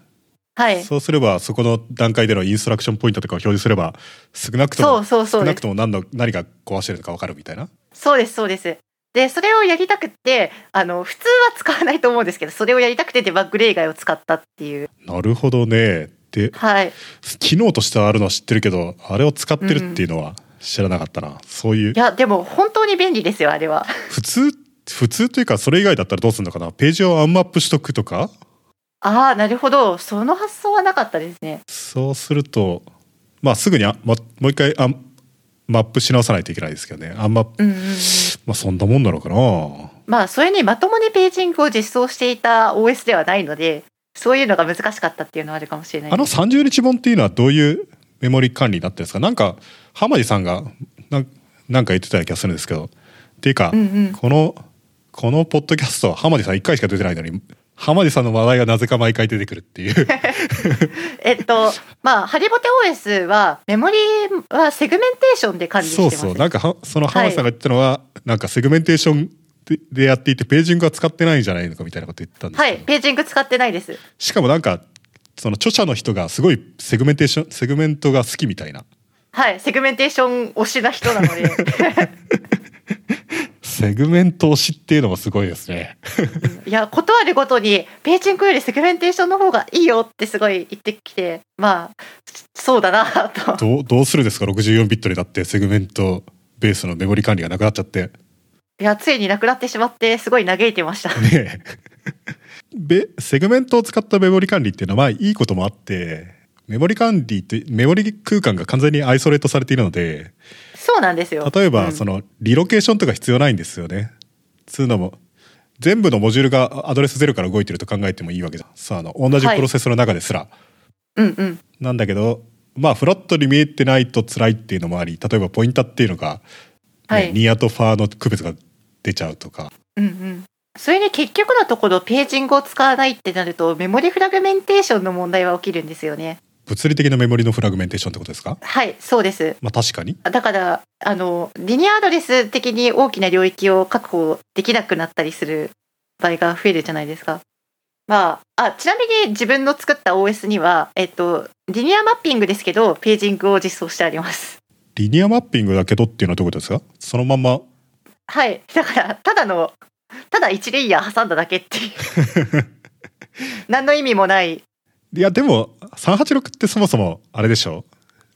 Speaker 2: はい、
Speaker 1: そうすればそこの段階でのインストラクションポイントとかを表示すれば少なくとも
Speaker 2: そうそうそ
Speaker 1: 少
Speaker 2: うです
Speaker 1: なくとも何の何が壊してるのか分かるみたいな
Speaker 2: そうですそうです。でそれをやりたくってあの普通は使わないと思うんですけどそれをやりたくてデバッグ例外を使ったっていう
Speaker 1: なるほどね。で、
Speaker 2: はい
Speaker 1: 機能としてはあるのは知ってるけど、あれを使ってるっていうのは知らなかったな。そういう
Speaker 2: い、やでも本当に便利ですよあれは
Speaker 1: 普通、普通というかそれ以外だったらどうするのかなページをアンマップしとくとか
Speaker 2: ああなるほどその発想はなかったですね
Speaker 1: そうすると、まあすぐにあ、ま、もう一回アンマップし直さないといけないですけどね。アンマップ、
Speaker 2: うんうんうん
Speaker 1: まあそんなもんなのかな
Speaker 2: まあそれにまともにページングを実装していた OS ではないのでそういうのが難しかったっていうのはあるかもしれない
Speaker 1: あの30日本っていうのはどういうメモリ管理になってるんですかなんか浜地さんがなんなんか言ってたような気がするんですけどっていうか、
Speaker 2: うんうん
Speaker 1: このこのポッドキャストは浜地さん1回しか出てないのに浜地さんの話題がなぜか毎回出てくるって いう
Speaker 2: え っとまあハリボテ OS はメモリはセグメンテーションで管理して
Speaker 1: そう
Speaker 2: ます
Speaker 1: そうなんかはその浜地さんが言ってたのは、なんかセグメンテーションででやっていてページングは使ってないんじゃないのかみたいなこと言ってたんです
Speaker 2: は
Speaker 1: けど、
Speaker 2: いページング使ってないです
Speaker 1: しかもなんかその著者の人がすごいセグメンテーションセグメントが好きみたいな
Speaker 2: はいセグメンテーション推しな人なので
Speaker 1: セグメント推しっていうのもすごいですね。
Speaker 2: いや断るごとにページングよりセグメンテーションの方がいいよってすごい言ってきてまあそうだな と
Speaker 1: どうどうするですか64ビットにだってセグメントベースのメモリ管理がなくなっちゃって
Speaker 2: いやついになくなってしまってすごい嘆いてました
Speaker 1: ねえべセグメントを使ったメモリ管理っていうのはまあいいこともあってメモリ管理ってメモリ空間が完全にアイソレートされているので
Speaker 2: そうなんですよ
Speaker 1: 例え
Speaker 2: う
Speaker 1: ば
Speaker 2: ん
Speaker 1: そのリロケーションとか必要ないんですよね。つうのも全部のモジュールがアドレス0から動いてると考えてもいいわけじゃん。さああの同じ
Speaker 2: はい
Speaker 1: プロセスの中ですら、
Speaker 2: うんうん
Speaker 1: なんだけどまあフラットに見えてないと辛いっていうのもあり例えばポインターっていうのが、ね
Speaker 2: はい
Speaker 1: ニアとファーの区別が出ちゃうとか
Speaker 2: うんうんそれに結局のところページングを使わないってなるとメモリフラグメンテーションの問題は起きるんですよね
Speaker 1: 物理的なメモリのフラグメンテーションってことですか
Speaker 2: はいそうです
Speaker 1: まあ確かに。
Speaker 2: だからあのリニアアドレス的に大きな領域を確保できなくなったりする場合が増えるじゃないですか。まあ、あちなみに自分の作った OS には、えっと、リニアマッピングですけどページングを実装してあります。
Speaker 1: リニアマッピングだけどっていうのはどういうことですかそのまんま。
Speaker 2: はいだからただのただ一レイヤー挟んだだけっていう何の意味もない
Speaker 1: いや、でも、386ってそもそも、あれでしょ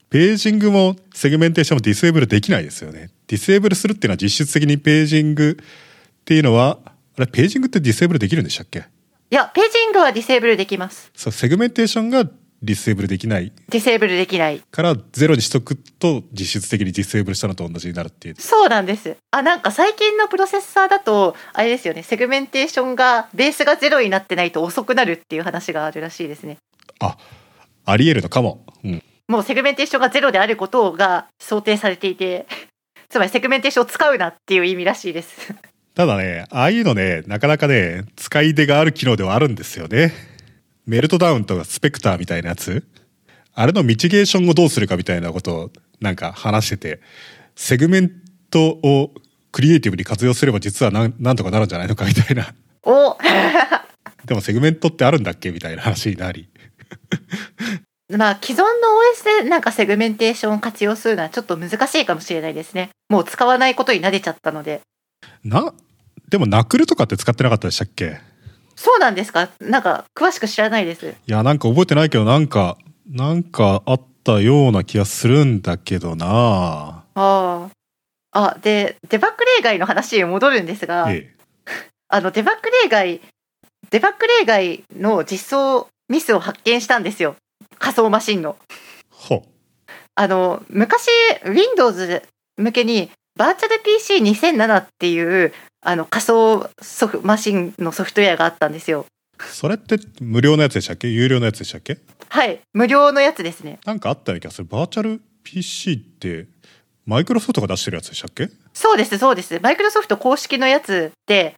Speaker 1: ページングもセグメンテーションもディスエーブルできないですよね。ディスエーブルするっていうのは実質的にページングっていうのは、あれ、ページングってディスエーブルできるんでしたっけ
Speaker 2: いやページングはディセーブルできます
Speaker 1: そう、セグメンテーションがディスエーブルできない
Speaker 2: ディセーブルできない
Speaker 1: から、ゼロにしとくと実質的にディスエーブルしたのと同じになるっていう。
Speaker 2: そうなんです。あ、なんか最近のプロセッサーだと、あれですよね、セグメンテーションが、ベースがゼロになってないと遅くなるっていう話があるらしいですね。
Speaker 1: あ、あり得るのかも。うん。
Speaker 2: もうセグメンテーションがゼロであることが想定されていて、 つまりセグメンテーションを使うなっていう意味らしいです。
Speaker 1: ただね、ああいうのね、なかなかね、使い手がある機能ではあるんですよね。メルトダウンとかスペクターみたいなやつ。あれのミチゲーションをどうするかみたいなことをなんか話してて、セグメントをクリエイティブに活用すれば実はなんなんとかなるんじゃないのかみたいな。
Speaker 2: お
Speaker 1: でもセグメントってあるんだっけみたいな話になり。
Speaker 2: まあ既存の OS でなんかセグメンテーションを活用するのはちょっと難しいかもしれないですね。もう使わないことに慣れちゃったので。
Speaker 1: な、でもナクルとかって使ってなかったでしたっけ
Speaker 2: そうなんですかなんか詳しく知らないです。
Speaker 1: いや、なんか覚えてないけど、なんか、なんかあったような気がするんだけどな
Speaker 2: あああでデバッグ例外の話に戻るんですが、
Speaker 1: え
Speaker 2: あのデバッグ例外デバッグ例外の実装ミスを発見したんですよ仮想マシンの。
Speaker 1: え。ほう。
Speaker 2: あの昔 Windows 向けにバーチャル PC2007 っていうあの仮想ソフマシンのソフトウェアがあったんですよ。
Speaker 1: それって無料のやつでしたっけ有料のやつでしたっけ
Speaker 2: はい無料のやつですね。
Speaker 1: なんかあったような気がするバーチャル PC ってマイクロソフトが出してるやつでしたっけ
Speaker 2: そうですそうですマイクロソフト公式のやつで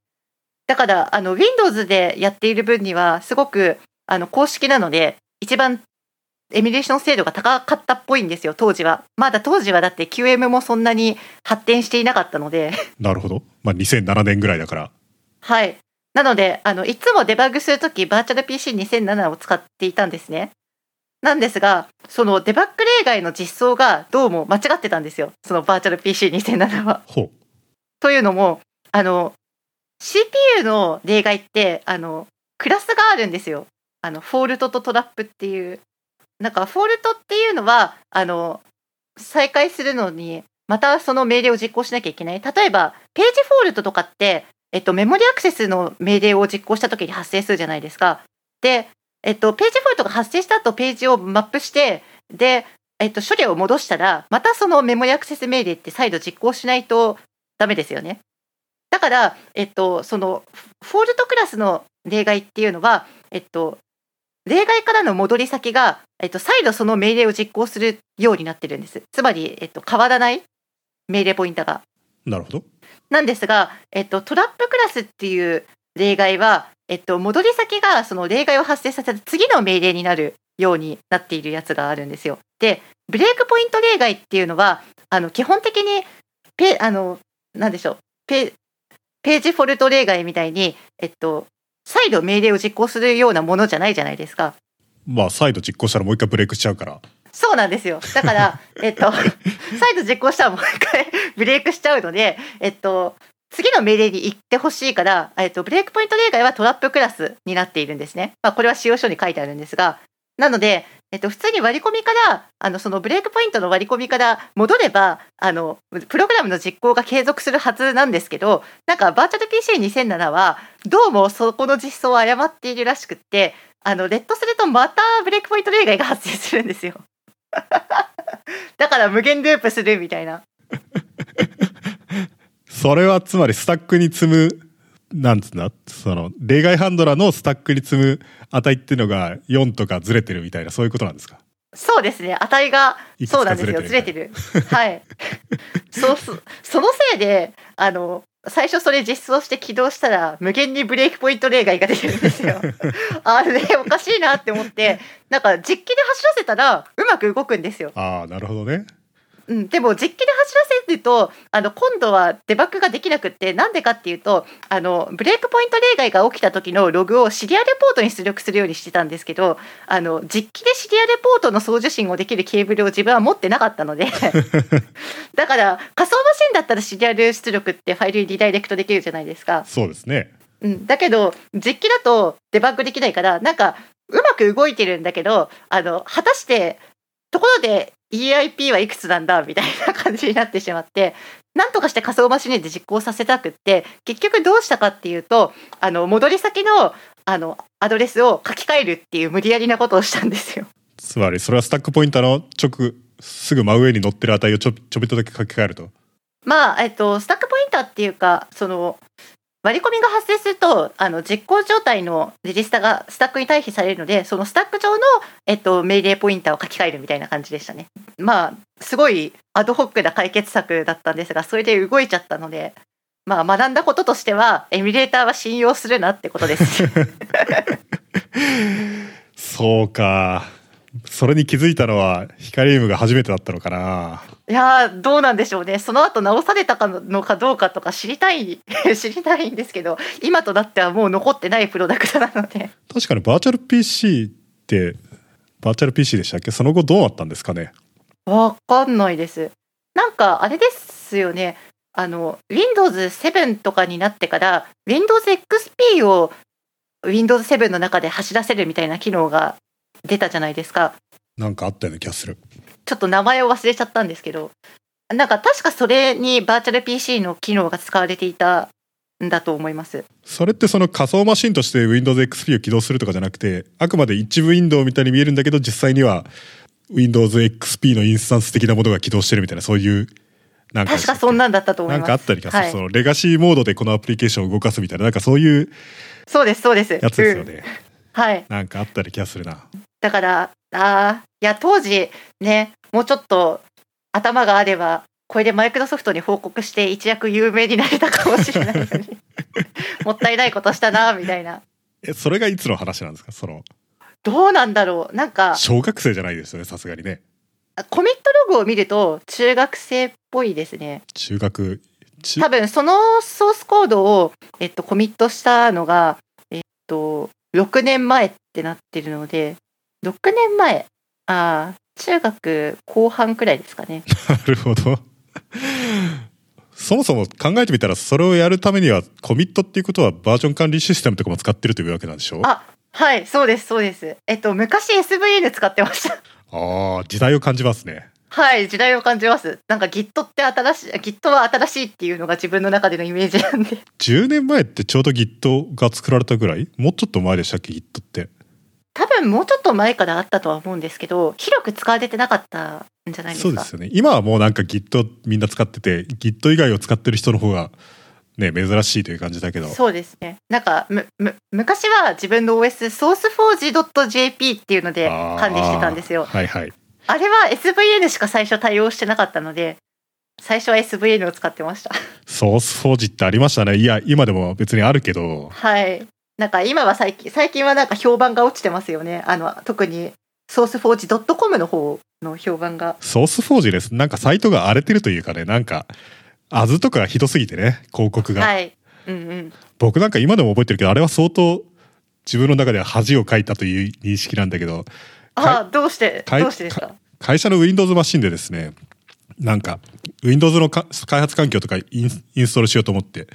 Speaker 2: だからあの Windows でやっている分にはすごくあの公式なので一番エミュレーション精度が高かったっぽいんですよ当時はまだ当時はだって QM もそんなに発展していなかったので
Speaker 1: なるほどまあ2007年ぐらいだから
Speaker 2: はいなのであのいつもデバッグするときバーチャル PC2007 を使っていたんですねなんですがそのデバッグ例外の実装がどうも間違ってたんですよそのバーチャル PC2007 は
Speaker 1: ほう
Speaker 2: というのもあの CPU の例外ってあのクラスがあるんですよあのフォールトとトラップっていうなんかフォールトっていうのはあの再開するのにまたその命令を実行しなきゃいけない例えばページフォールトとかって、えっと、メモリアクセスの命令を実行した時に発生するじゃないですかで、えっと、ページフォールトが発生した後ページをマップしてで、えっと、処理を戻したらまたそのメモリアクセス命令って再度実行しないとダメですよね。だから、えっと、そのフフォールトクラスの例外っていうのは、えっと、例外からの戻り先が、えっと、再度その命令を実行するようになってるんです。つまり、えっと、変わらない命令ポイントが。
Speaker 1: なるほど
Speaker 2: なんですが、えっと、トラップクラスっていう例外は、えっと、戻り先がその例外を発生させた次の命令になるようになっているやつがあるんですよ。でブレイクポイント例外っていうのはあの基本的にペあのなんでしょうペページフォルト例外みたいに、えっと、再度命令を実行するようなものじゃないじゃないですか。
Speaker 1: まあ再度実行したらもう一回ブレイクしちゃうから
Speaker 2: そうなんですよ。だから、えっと、再度実行したらもう一回 ブレイクしちゃうので、えっと、次の命令に行ってほしいから、えっと、ブレイクポイント例外はトラップクラスになっているんですね。まあ、これは使用書に書いてあるんですが、なので、えっと、普通に割り込みから、あの、そのブレイクポイントの割り込みから戻れば、あの、プログラムの実行が継続するはずなんですけど、なんか、バーチャル PC2007 は、どうもそこの実装を誤っているらしくって、あの、レッドするとまたブレイクポイント例外が発生するんですよ。だから無限ループするみたいな。
Speaker 1: それはつまりスタックに積むなんつうんだその例外ハンドラーのスタックに積む値っていうのが4とかずれてるみたいなそういうことなんですか
Speaker 2: そうですね。値が
Speaker 1: い、くつか
Speaker 2: そうなんですよ。ず
Speaker 1: ず
Speaker 2: れ
Speaker 1: れ
Speaker 2: て
Speaker 1: て
Speaker 2: る。はい。そうそう。そのせいで、あの、最初それ実装して起動したら無限にブレーキポイント例外が出てるんで すよ。あれおかしいなって思ってなんか実機で走らせたらうまく動くんですよ。
Speaker 1: ああなるほどね
Speaker 2: うん、でも実機で走らせるとあの今度はデバッグができなくってなんでかっていうとあのブレークポイント例外が起きた時のログをシリアルポートに出力するようにしてたんですけどあの実機でシリアルポートの送受信をできるケーブルを自分は持ってなかったのでだから仮想マシンだったらシリアル出力ってファイルにリダイレクトできるじゃないですか。
Speaker 1: そうですね
Speaker 2: うん、だけど実機だとデバッグできないからなんかうまく動いてるんだけどあの果たしてところで EIP はいくつなんだみたいな感じになってしまってなんとかして仮想マシンで実行させたくって結局どうしたかっていうとあの戻り先のあのアドレスを書き換えるっていう無理やりなことをしたんですよ。
Speaker 1: つまりそれはスタックポインターの直すぐ真上に乗ってる値をちょちょびっとだけ書き換えると
Speaker 2: まあ、えっと、スタックポインターっていうか、その、割り込みが発生すると、あの、実行状態のレジスタがスタックに対比されるので、そのスタック上の、えっと、命令ポインターを書き換えるみたいな感じでしたね。まあ、すごいアドホックな解決策だったんですが、それで動いちゃったので、まあ、学んだこととしては、エミュレーターは信用するなってことです。
Speaker 1: そうかそれに気づいたのはヒカリウムが初めてだったのかない
Speaker 2: やーどうなんでしょうね、その後直されたかののかどうかとか知りたい 知りたいんですけど、今となってはもう残ってないプロダクトなので、
Speaker 1: 確かにバーチャル PC ってバーチャル PC でしたっけその後どうなったんですかね
Speaker 2: わかんないです。なんかあれですよね、あの Windows 7とかになってから、Windows XP を Windows 7の中で走らせるみたいな機能が出たじゃないですか。
Speaker 1: なんかあったような気がする
Speaker 2: ちょっと名前を忘れちゃったんですけど、なんか確かそれにバーチャル PC の機能が使われていたんだと思います。
Speaker 1: それってその仮想マシンとして Windows XP を起動するとかじゃなくてあくまで一部ウィンドウみたいに見えるんだけど実際には Windows XP のインスタンス的なものが起動してるみたいなそういうなんか
Speaker 2: 確かそんなんだったと思
Speaker 1: ないん
Speaker 2: ます。
Speaker 1: かあったりかする、
Speaker 2: はい
Speaker 1: そのレガシーモードでこのアプリケーションを動かすみたいななんかそういう
Speaker 2: そうですそうです。
Speaker 1: やつですよ
Speaker 2: うん
Speaker 1: ね、
Speaker 2: はい。
Speaker 1: なんかあったり気がするな
Speaker 2: だからあーいや当時ねもうちょっと頭があればこれでマイクロソフトに報告して一躍有名になれたかもしれないのにもったいないことしたなみたいな
Speaker 1: えそれがいつの話なんですかその
Speaker 2: どうなんだろうなんか
Speaker 1: 小学生じゃないですよねさすがにね
Speaker 2: コミットログを見ると中学生っぽいですね
Speaker 1: 中学 中
Speaker 2: 多分そのソースコードを、えっと、コミットしたのが、えっと、6年前ってなってるので6年前あー中学後半くらいですかね
Speaker 1: なるほど。そもそも考えてみたらそれをやるためにはコミットっていうことはバージョン管理システムとかも使ってるというわけなんでしょうあ
Speaker 2: あはい、そうです、そうです。えっと、昔 SVN 使ってました。
Speaker 1: あ時代を感じますね
Speaker 2: はい、時代を感じます。なんか Git って新しい、Git は新しいっていうのが自分の中でのイメージなんで。
Speaker 1: 10年前ってちょうど Git が作られたぐらいもうちょっと前でしたっけ Git って
Speaker 2: 多分もうちょっと前からあったとは思うんですけど、広く使われてなかったんじゃないです
Speaker 1: そ
Speaker 2: か。
Speaker 1: うですよね今はもうなんか Git みんな使ってて Git 以外を使ってる人の方がね珍しいという感じだけど
Speaker 2: そうですね。なんか、む、む、昔は自分の OS、sourceforge.jp っていうので
Speaker 1: あー
Speaker 2: 管理してたんですよ。
Speaker 1: はいはい
Speaker 2: あれは SVN しか最初対応してなかったので、最初は SVN を使ってました。
Speaker 1: ソースフォージってありましたねいや今でも別にあるけど
Speaker 2: はい。なんか今は最近、最近はなんか評判が落ちてますよね。あの、特に、ソースフォージ .com の方の評判が。
Speaker 1: ソースフォージです。なんかサイトが荒れてるというかね、なんか、アズとかがひどすぎてね、広告が。
Speaker 2: はい。うんうん。
Speaker 1: 僕なんか今でも覚えてるけど、あれは相当自分の中では恥をかいたという認識なんだけど、
Speaker 2: あ、どうして、
Speaker 1: かい
Speaker 2: どうしてですか
Speaker 1: 会社の Windows マシンでですね、なんか、Windows のか開発環境とかインインストールしようと思って、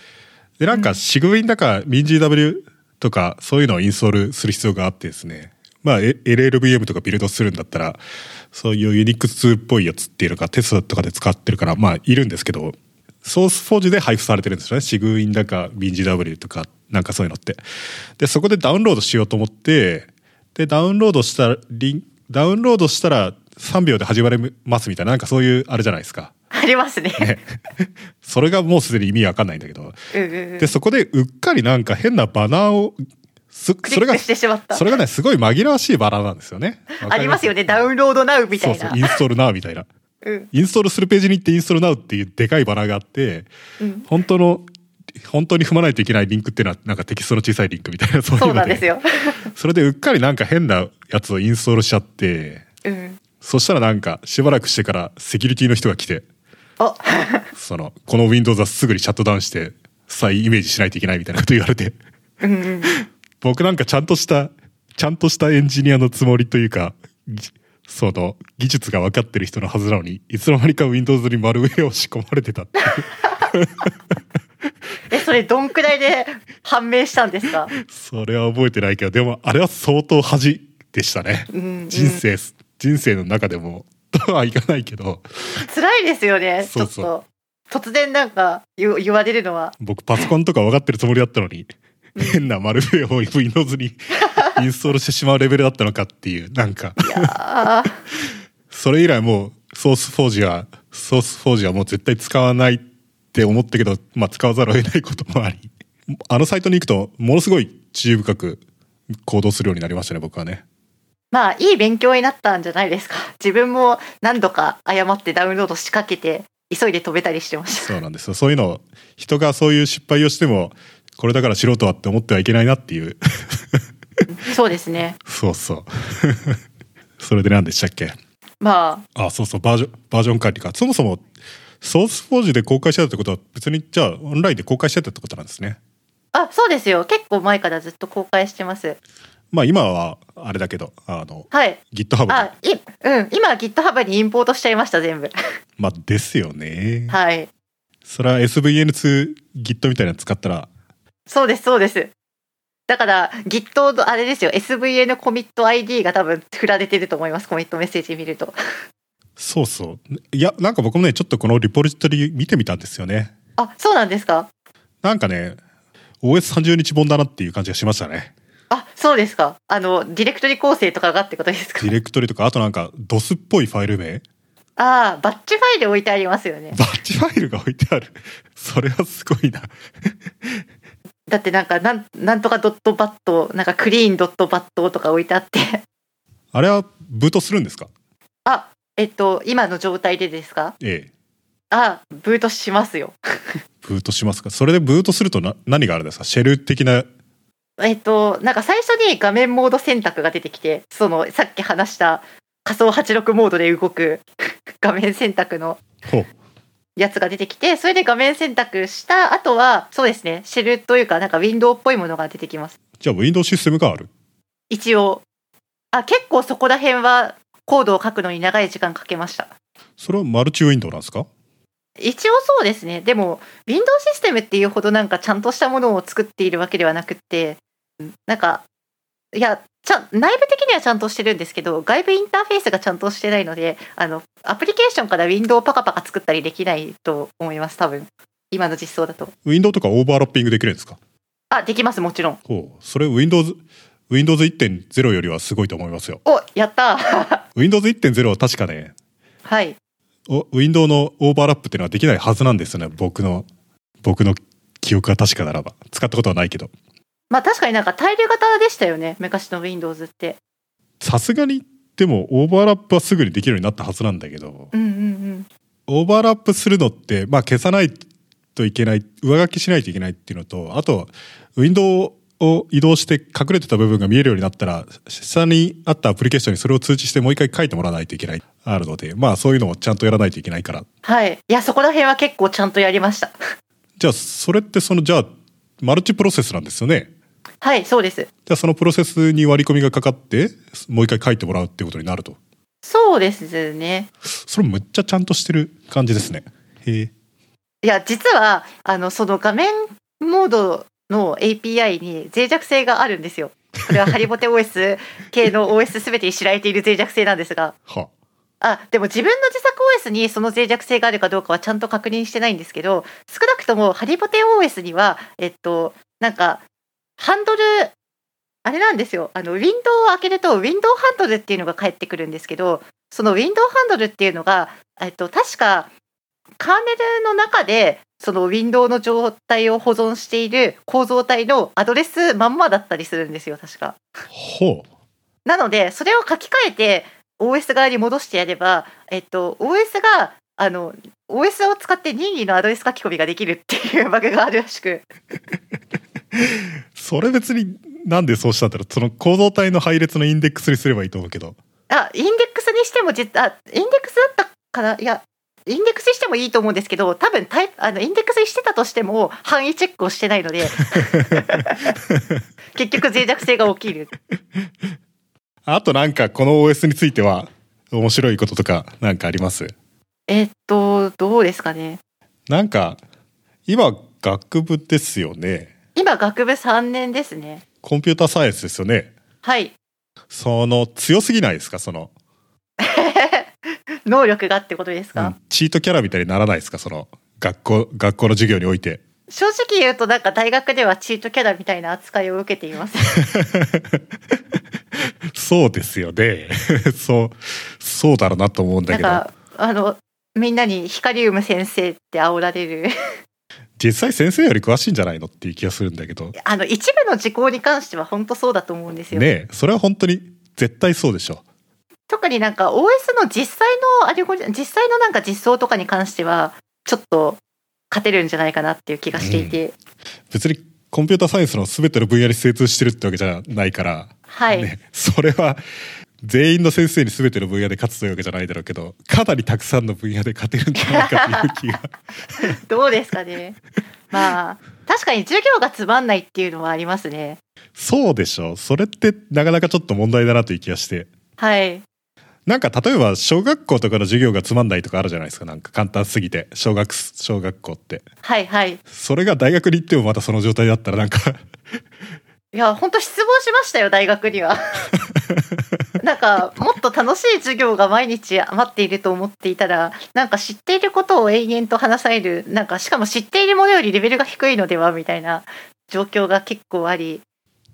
Speaker 1: で、なんか、シグウィンだか、MinGW とか、そういうのをインストールする必要があってですね、まあ、え LLVM とかビルドするんだったら、そういう Unix2 っぽいやつっていうのか、テストとかで使ってるから、まあ、いるんですけど、ソースフォージで配布されてるんですよね。シグウィンだか、MinGW とか、なんかそういうのって。で、そこでダウンロードしようと思って、で、ダウンロードしたリン、ダウンロードしたら3秒で始まりますみたいな、なんかそういうあれじゃないですか。
Speaker 2: ありますね。
Speaker 1: それがもうすでに意味わかんないんだけど。
Speaker 2: うんうんうん
Speaker 1: で、。そこでうっかりなんか変なバナーを、す
Speaker 2: ク
Speaker 1: そ
Speaker 2: リ
Speaker 1: れ
Speaker 2: ッ
Speaker 1: が
Speaker 2: ク、してしまった
Speaker 1: そ。れがね、すごい紛らわしいバナーなんですよね。わか
Speaker 2: ありますよね。ダ
Speaker 1: ン
Speaker 2: ウンロードナウみたい
Speaker 1: そう
Speaker 2: な
Speaker 1: そう、イ。ンストールな、みたいな。
Speaker 2: うん
Speaker 1: インストールするページに行ってインストールなうっていうでかいバナーがあって、
Speaker 2: うん
Speaker 1: 本当の本当に踏まないといけないリンクっていうのはなんかテキストの小さいリンクみたいなそういう
Speaker 2: そう
Speaker 1: の
Speaker 2: なんですよ。
Speaker 1: それでうっかりなんか変なやつをインストールしちゃって
Speaker 2: うん。
Speaker 1: そしたらなんかしばらくしてからセキュリティの人が来て
Speaker 2: あ、
Speaker 1: そのこの Windows はすぐにシャットダウンして再イメージしないといけないみたいなこと言われて
Speaker 2: うんうん。
Speaker 1: 僕なんかちゃんとしたちゃんとしたエンジニアのつもりというかぎその技術が分かってる人のはずなのにいつの間にか Windows にマルウェアを仕込まれてたっていう
Speaker 2: え、それどんくらいで判明したんで すか。
Speaker 1: それは覚えてないけどでもあれは相当恥でしたね、
Speaker 2: うんうん
Speaker 1: 人生人生の中でもとはいかないけど
Speaker 2: 辛いですよね。
Speaker 1: そうそう
Speaker 2: ちょっと突然なんか言言われるのは。
Speaker 1: 僕パソコンとか分かってるつもりだったのに変なマルウェアを Windows にインストールしてしまうレベルだったのかっていうなんか
Speaker 2: あー
Speaker 1: それ以来もうソースフォージはソースフォージはもう絶対使わないって思ったけど、まあ、使わざるを得ないこともありあのサイトに行くとものすごい注意深く行動するようになりましたね僕はね
Speaker 2: まあいい勉強になったんじゃないですか。 自分も何度か誤ってダウンロードしかけて急いで飛べたりしてました。
Speaker 1: そうなんですよそういうのを人がそういう失敗をしてもこれだから素人はって思ってはいけないなっていう
Speaker 2: そうですね。
Speaker 1: そうそう それで何でしたっけ
Speaker 2: まあ
Speaker 1: あ、そうそう、バージョン、バージョン管理か。そもそも、ソースフォージで公開してたってことは、別に、じゃあ、オンラインで公開してたってことなんですね。
Speaker 2: あそうですよ。結構前からずっと公開してます。
Speaker 1: まあ、今は、あれだけど、あの、
Speaker 2: はい。
Speaker 1: GitHub に。
Speaker 2: あいうん今 GitHub にインポートしちゃいました 全部。
Speaker 1: まあ、ですよね。
Speaker 2: はい。
Speaker 1: それは SVN2Git みたいなの使ったら、
Speaker 2: そうですそうです。だから Git のあれですよ SVN コミット ID が多分振られてると思いますコミットメッセージ見ると。
Speaker 1: そうそう。いや、なんか僕もね、ちょっとこのリポジトリ見てみたんですよね。
Speaker 2: あそうなんですか。
Speaker 1: なんかね、OS30 日本だなっていう感じがしましたね。
Speaker 2: あそうですか。あのディレクトリ構成とかがってことですか
Speaker 1: ディ。レクトリとか、あとなんか、DOS っぽいファイル名
Speaker 2: ああバッチファイル置いてありますよね。
Speaker 1: バッチファイルが置いてある。それはすごいな。
Speaker 2: だってなんかなんなんとかドットバットなんかクリーンドットバットとか置いてあ って。
Speaker 1: あれは、ブートするんですか
Speaker 2: あえっと今の状態でですか。
Speaker 1: ええ。
Speaker 2: あブートしますよ。
Speaker 1: ブートしますかそれでブートするとな何があるんですかシェル的な
Speaker 2: えっと、なんか最初に画面モード選択が出てきて、そのさっき話した仮想86モードで動く 画面選択の
Speaker 1: ほう
Speaker 2: やつが出てきて、それで画面選択した後は、そうですね、シェルというか、なんかウィンドウっぽいものが出てきます。
Speaker 1: じゃあ Windows システムがある
Speaker 2: 一応。あ、結構そこら辺はコードを書くのに長い時間かけました。
Speaker 1: それはマルチウィンドウなんですか
Speaker 2: 一応そうですね。でも、Windows システムっていうほどなんかちゃんとしたものを作っているわけではなくって、なんか、いや、ちゃん内部的にはちゃんとしてるんですけど、外部インターフェースがちゃんとしてないので、あの、アプリケーションからウィンドウをパカパカ作ったりできないと思います、多分。今の実装だと。
Speaker 1: Windows とかオーバーラッピングできるんですか
Speaker 2: あ、できます、もちろん。
Speaker 1: ほうそれ Windows Windows 1.0よりはすごいと思いますよ
Speaker 2: お、やったー
Speaker 1: Windows 1.0は確かね
Speaker 2: はい。
Speaker 1: お Windows のオーバーラップっていうのはできないはずなんですよね僕の僕の記憶が確かならば使ったことはないけど
Speaker 2: まあ確かになんか対流型でしたよね、昔の Windows って。
Speaker 1: さすがにでもオーバーラップはすぐにできるようになったはずなんだけど
Speaker 2: うんうんうん。
Speaker 1: オーバーラップするのって、まあ、消さないといけない上書きしないといけないっていうのとあとウィンドウを移動して隠れてた部分が見えるようになったら下にあったアプリケーションにそれを通知してもう一回書いてもらわないといけないあるのでまあそういうのをちゃんとやらないといけないから
Speaker 2: はい。いや、そこら辺は結構ちゃんとやりました。
Speaker 1: じゃあそれってそのじゃあマルチプロセスなんですよね
Speaker 2: はい、そうです。
Speaker 1: じゃあそのプロセスに割り込みがかかってもう一回書いてもらうっていうことになると
Speaker 2: そうですね。
Speaker 1: それむっちゃちゃんとしてる感じですねへえ
Speaker 2: いや実はあのその画面モードの API に脆弱性があるんですよ。これはハリボテ OS 系の OS すべてに知られている脆弱性なんですが、
Speaker 1: は
Speaker 2: あでも自分の自作 OS にその脆弱性があるかどうかはちゃんと確認してないんですけど、少なくともハリボテ OS にはえっとなんかハンドルあれなんですよ。あのウィンドウを開けるとウィンドウハンドルっていうのが返ってくるんですけど、そのウィンドウハンドルっていうのがえっと確かカーネルの中でそのウィンドウの状態を保存している構造体のアドレスまんまだったりするんですよ確か。
Speaker 1: ほう
Speaker 2: なのでそれを書き換えて OS 側に戻してやれば、えっと、OS があの OS を使って任意のアドレス書き込みができるっていうバグがあるらしく
Speaker 1: それ別になんでそうしたんだろうその構造体の配列のインデックスにすればいいと思うけど
Speaker 2: あインデックスにしてもじあインデックスだったかないやインデックスにしてもいいと思うんですけど多分タイあのインデックスにしてたとしても範囲チェックをしてないので結局脆弱性が起きる
Speaker 1: あとなんかこの OS については面白いこととかなんかあります
Speaker 2: えっとどうですかね
Speaker 1: なんか今学部ですよね
Speaker 2: 今学部3年ですね
Speaker 1: コンピューターサイエンスですよね
Speaker 2: はい
Speaker 1: その強すぎないですかその、
Speaker 2: 能力がってことです
Speaker 1: う
Speaker 2: か、
Speaker 1: んチートキャラみたいにならないですかその学校学校の授業において
Speaker 2: 正直言うとなんか大学ではチートキャラみたいな扱いを受けています
Speaker 1: そうですよね そうそうだろうなと思うんだ
Speaker 2: なん
Speaker 1: けど
Speaker 2: かあのみんなにヒカリウム先生って煽ら れる
Speaker 1: 実際先生より詳しいんじゃないのっていう気がするんだけど
Speaker 2: あの一部の事項に関しては本当そうだと思うんですよ、
Speaker 1: ねえそれは本当に絶対そうでしょ
Speaker 2: 特になんか OS の実際のアルゴリ実際のなんか実装とかに関してはちょっと勝てるんじゃないかなっていう気がしていて、
Speaker 1: 別にコンピューターサイエンスの全ての分野に精通してるってわけじゃないから、
Speaker 2: はい、
Speaker 1: ね、それは全員の先生に全ての分野で勝つというわけじゃないだろうけどかなりたくさんの分野で勝てるんじゃないかという気 が
Speaker 2: どうですかねまあ確かに授業がつまんないっていうのはありますね
Speaker 1: そうでしょそれってなかなかちょっと問題だなという気がして
Speaker 2: はい
Speaker 1: なんか例えば小学校とかの授業がつまんないとかあるじゃないですかなんか簡単すぎて小学小学校って
Speaker 2: はいはい
Speaker 1: それが大学に行ってもまたその状態だったらなんか
Speaker 2: いや本当失望しましたよ大学にはなんかもっと楽しい授業が毎日待っていると思っていたらなんか知っていることを延々と話されるなんかしかも知っているものよりレベルが低いのではみたいな状況が結構あり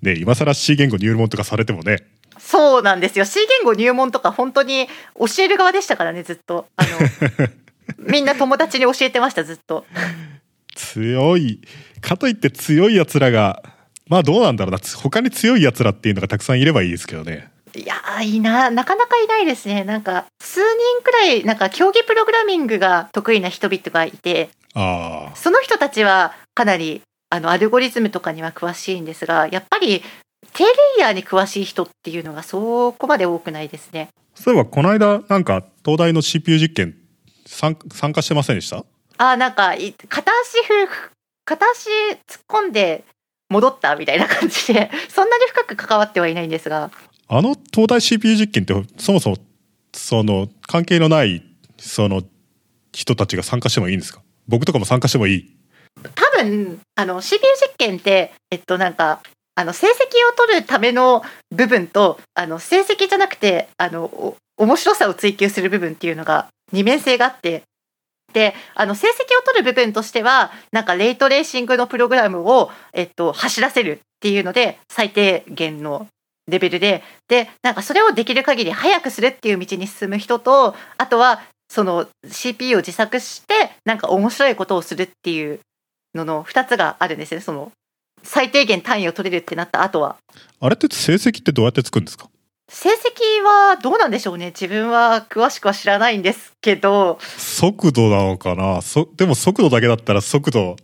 Speaker 1: ね今更 C 言語入門とかされてもね
Speaker 2: そうなんですよ C 言語入門とか本当に教える側でしたからねずっとあのみんな友達に教えてましたずっと
Speaker 1: 強いかといって強いやつらがまあどうなんだろうなつ他に強いやつらっていうのがたくさんいればいいですけどね
Speaker 2: いやーいいななかなかいないですねなんか数人くらいなんか競技プログラミングが得意な人々がいて
Speaker 1: ああ
Speaker 2: その人たちはかなりあのアルゴリズムとかには詳しいんですがやっぱり低レイヤーに詳しい人っていうのがそこまで多くないですね。
Speaker 1: そういえばこの間なんか東大の CPU 実験参参加してませんでした
Speaker 2: あーなんかい片足ふ片足突っ込んで戻ったみたいな感じでそんなに深く関わってはいないんですが
Speaker 1: あの東大 CPU 実験ってそもそもその関係のないその人たちが参加してもいいんですか僕とかも参加してもいい
Speaker 2: 多分あの CPU 実験ってえっとなんかあの成績を取るための部分とあの成績じゃなくてあのお面白さを追求する部分っていうのが二面性があってであの成績を取る部分としてはなんかレイトレーシングのプログラムを、えっと、走らせるっていうので最低限のレベルででなんかそれをできる限り早くするっていう道に進む人とあとはその CPU を自作してなんか面白いことをするっていうのの2つがあるんですねその最低限単位を取れるってなった後は
Speaker 1: あれって成績ってどうやってつくんですか
Speaker 2: 成績はどうなんでしょうね自分は詳しくは知らないんですけど
Speaker 1: 速度なのかなそでも速度だけだったら速度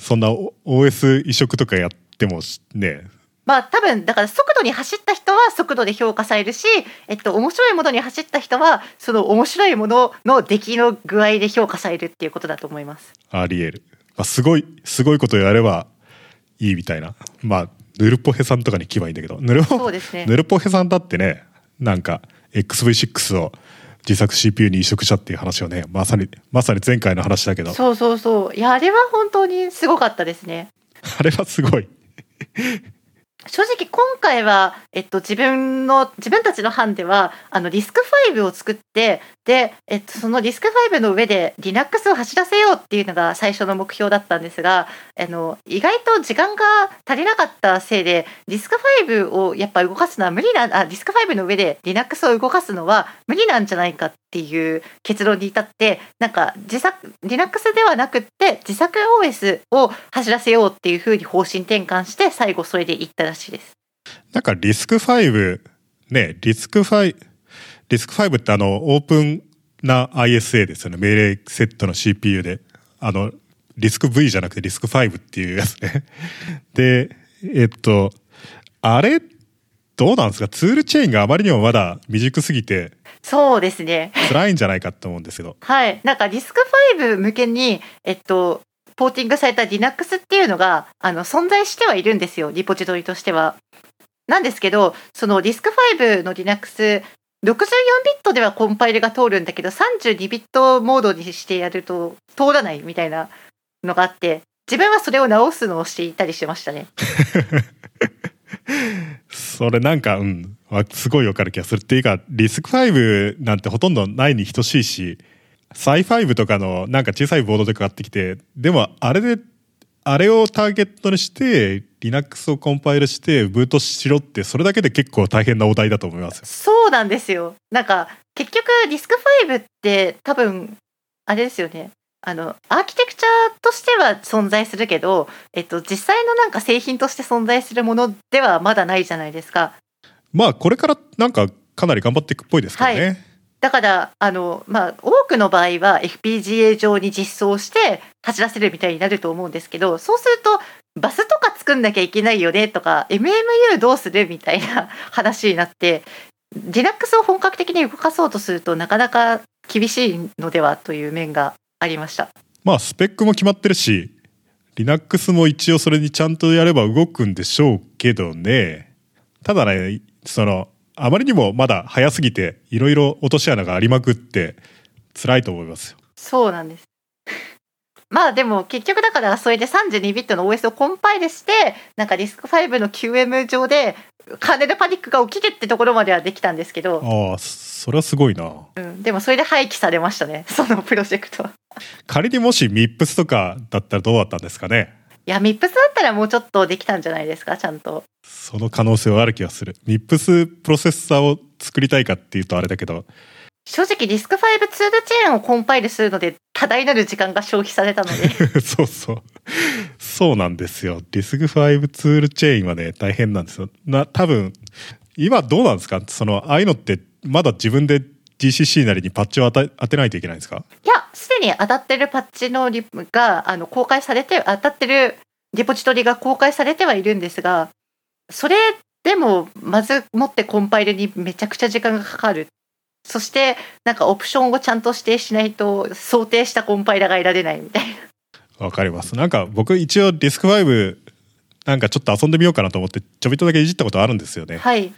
Speaker 1: そんなお OS 移植とかやってもしね
Speaker 2: まあ多分だから速度に走った人は速度で評価されるし、えっと、面白いものに走った人はその面白いものの出来の具合で評価されるっていうことだと思います。
Speaker 1: ありえる、まあ、すごいすごいことやればいいみたいなまあヌルポヘさんとかに聞けばいいんだけどヌル
Speaker 2: そ
Speaker 1: ポ,、
Speaker 2: うですね
Speaker 1: ヌルポヘさんだってねなんか XV6 を自作 CPU に移植したっていう話をねまさにまさに前回の話だけど
Speaker 2: そうそうそういやあれは本当にすごかったですね。
Speaker 1: あれはすごい
Speaker 2: 正直今回は、えっと、自分の自分たちの班ではあのリスク5を作ってで、えっと、そのリスク5の上で Linux を走らせようっていうのが最初の目標だったんですがあの意外と時間が足りなかったせいでリスク5をやっぱ動かすのは無理なあリスク5の上で Linux を動かすのは無理なんじゃないかっていう結論に至ってなんか自作 Linux ではなくって自作 OS を走らせようっていうふうに方針転換して最後それでいったらしいです。
Speaker 1: なんかリスク5ねリスク5リスク5ってあのオープンな ISA ですよね。命令セットの CPU で。あの、リスク V じゃなくてリスク5っていうやつね。 で、えっと、あれ、どうなんですかツールチェーンがあまりにもまだ未熟すぎて
Speaker 2: そうですね。
Speaker 1: 辛いんじゃないかと思うんですけど。
Speaker 2: はい。なんかリスク5向けに、えっと、ポーティングされた Linux っていうのが、あの、存在してはいるんですよ。リポジトリとしては。なんですけど、そのリスク5の Linux、64ビットではコンパイルが通るんだけど、32ビットモードにしてやると通らないみたいなのがあって、自分はそれを直すのをしていたりしてましたね。
Speaker 1: それなんか、うん、わすごいわかる気がする。っていうか、リスク5なんてほとんどないに等しいし、サイ5とかのなんか小さいボードでかかってきて、でもあれで、あれをターゲットにして、Linux をコンパイルして、ブートしろって、それだけで結構大変なお題だと思いますよ。
Speaker 2: そうなんですよ。なんか結局リスク5って多分あれですよね。あのアーキテクチャとしては存在するけど、えっと、実際のなんか製品として存在するものではまだないじゃないですか。
Speaker 1: まあ、これからなんかかなり頑張っていくっぽいですけどね。
Speaker 2: はだからあの、まあ、多くの場合は FPGA 上に実装して走らせるみたいになると思うんですけどそうするとバスとか作んなきゃいけないよねとか MMU どうするみたいな 話になって Linux を本格的に動かそうとするとなかなか厳しいのではという面がありました。
Speaker 1: まあスペックも決まってるし Linux も一応それにちゃんとやれば動くんでしょうけどねただねそのあまりにもまだ早すぎていろいろ落とし穴がありまくって辛いと思いますよ
Speaker 2: そうなんです。 まあでも結局だからそれで32ビットの OS をコンパイルしてなんかリスク5の QM 上でカーネルパニックが起きてってところまではできたんですけど、
Speaker 1: ああそれはすごいな
Speaker 2: うん、でもそれで廃棄されましたね そのプロジェクトは。
Speaker 1: 仮にもし MIPS とかだったらどうだったんですかね
Speaker 2: いや MIPS だったらもうちょっとできたんじゃないですかちゃんと。
Speaker 1: その可能性はある気がする MIPS プロセッサーを作りたいかっていうとあれだけど
Speaker 2: 正直リスク5ツールチェーンをコンパイルするので多大なる時間が消費されたの で
Speaker 1: そうそう。そうなんですよ。リスク5ツールチェーンはね、大変なんですよ。な、多分、今どうなんですかその、ああいうのって、まだ自分で GCC なりにパッチを当て当てないといけないんですか
Speaker 2: いやすでに当たってるパッチのリプがあの公開されて当たってるリポジトリが公開されてはいるんですがそれでもまずもってコンパイルにめちゃくちゃ時間がかかるそしてなんかオプションをちゃんと指定しないと想定したコンパイラーが得られないみたいな
Speaker 1: わかります。なんか僕一応リスク5、なんかちょっと遊んでみようかなと思って、ちょびっとだけいじったことあるんですよね。
Speaker 2: はい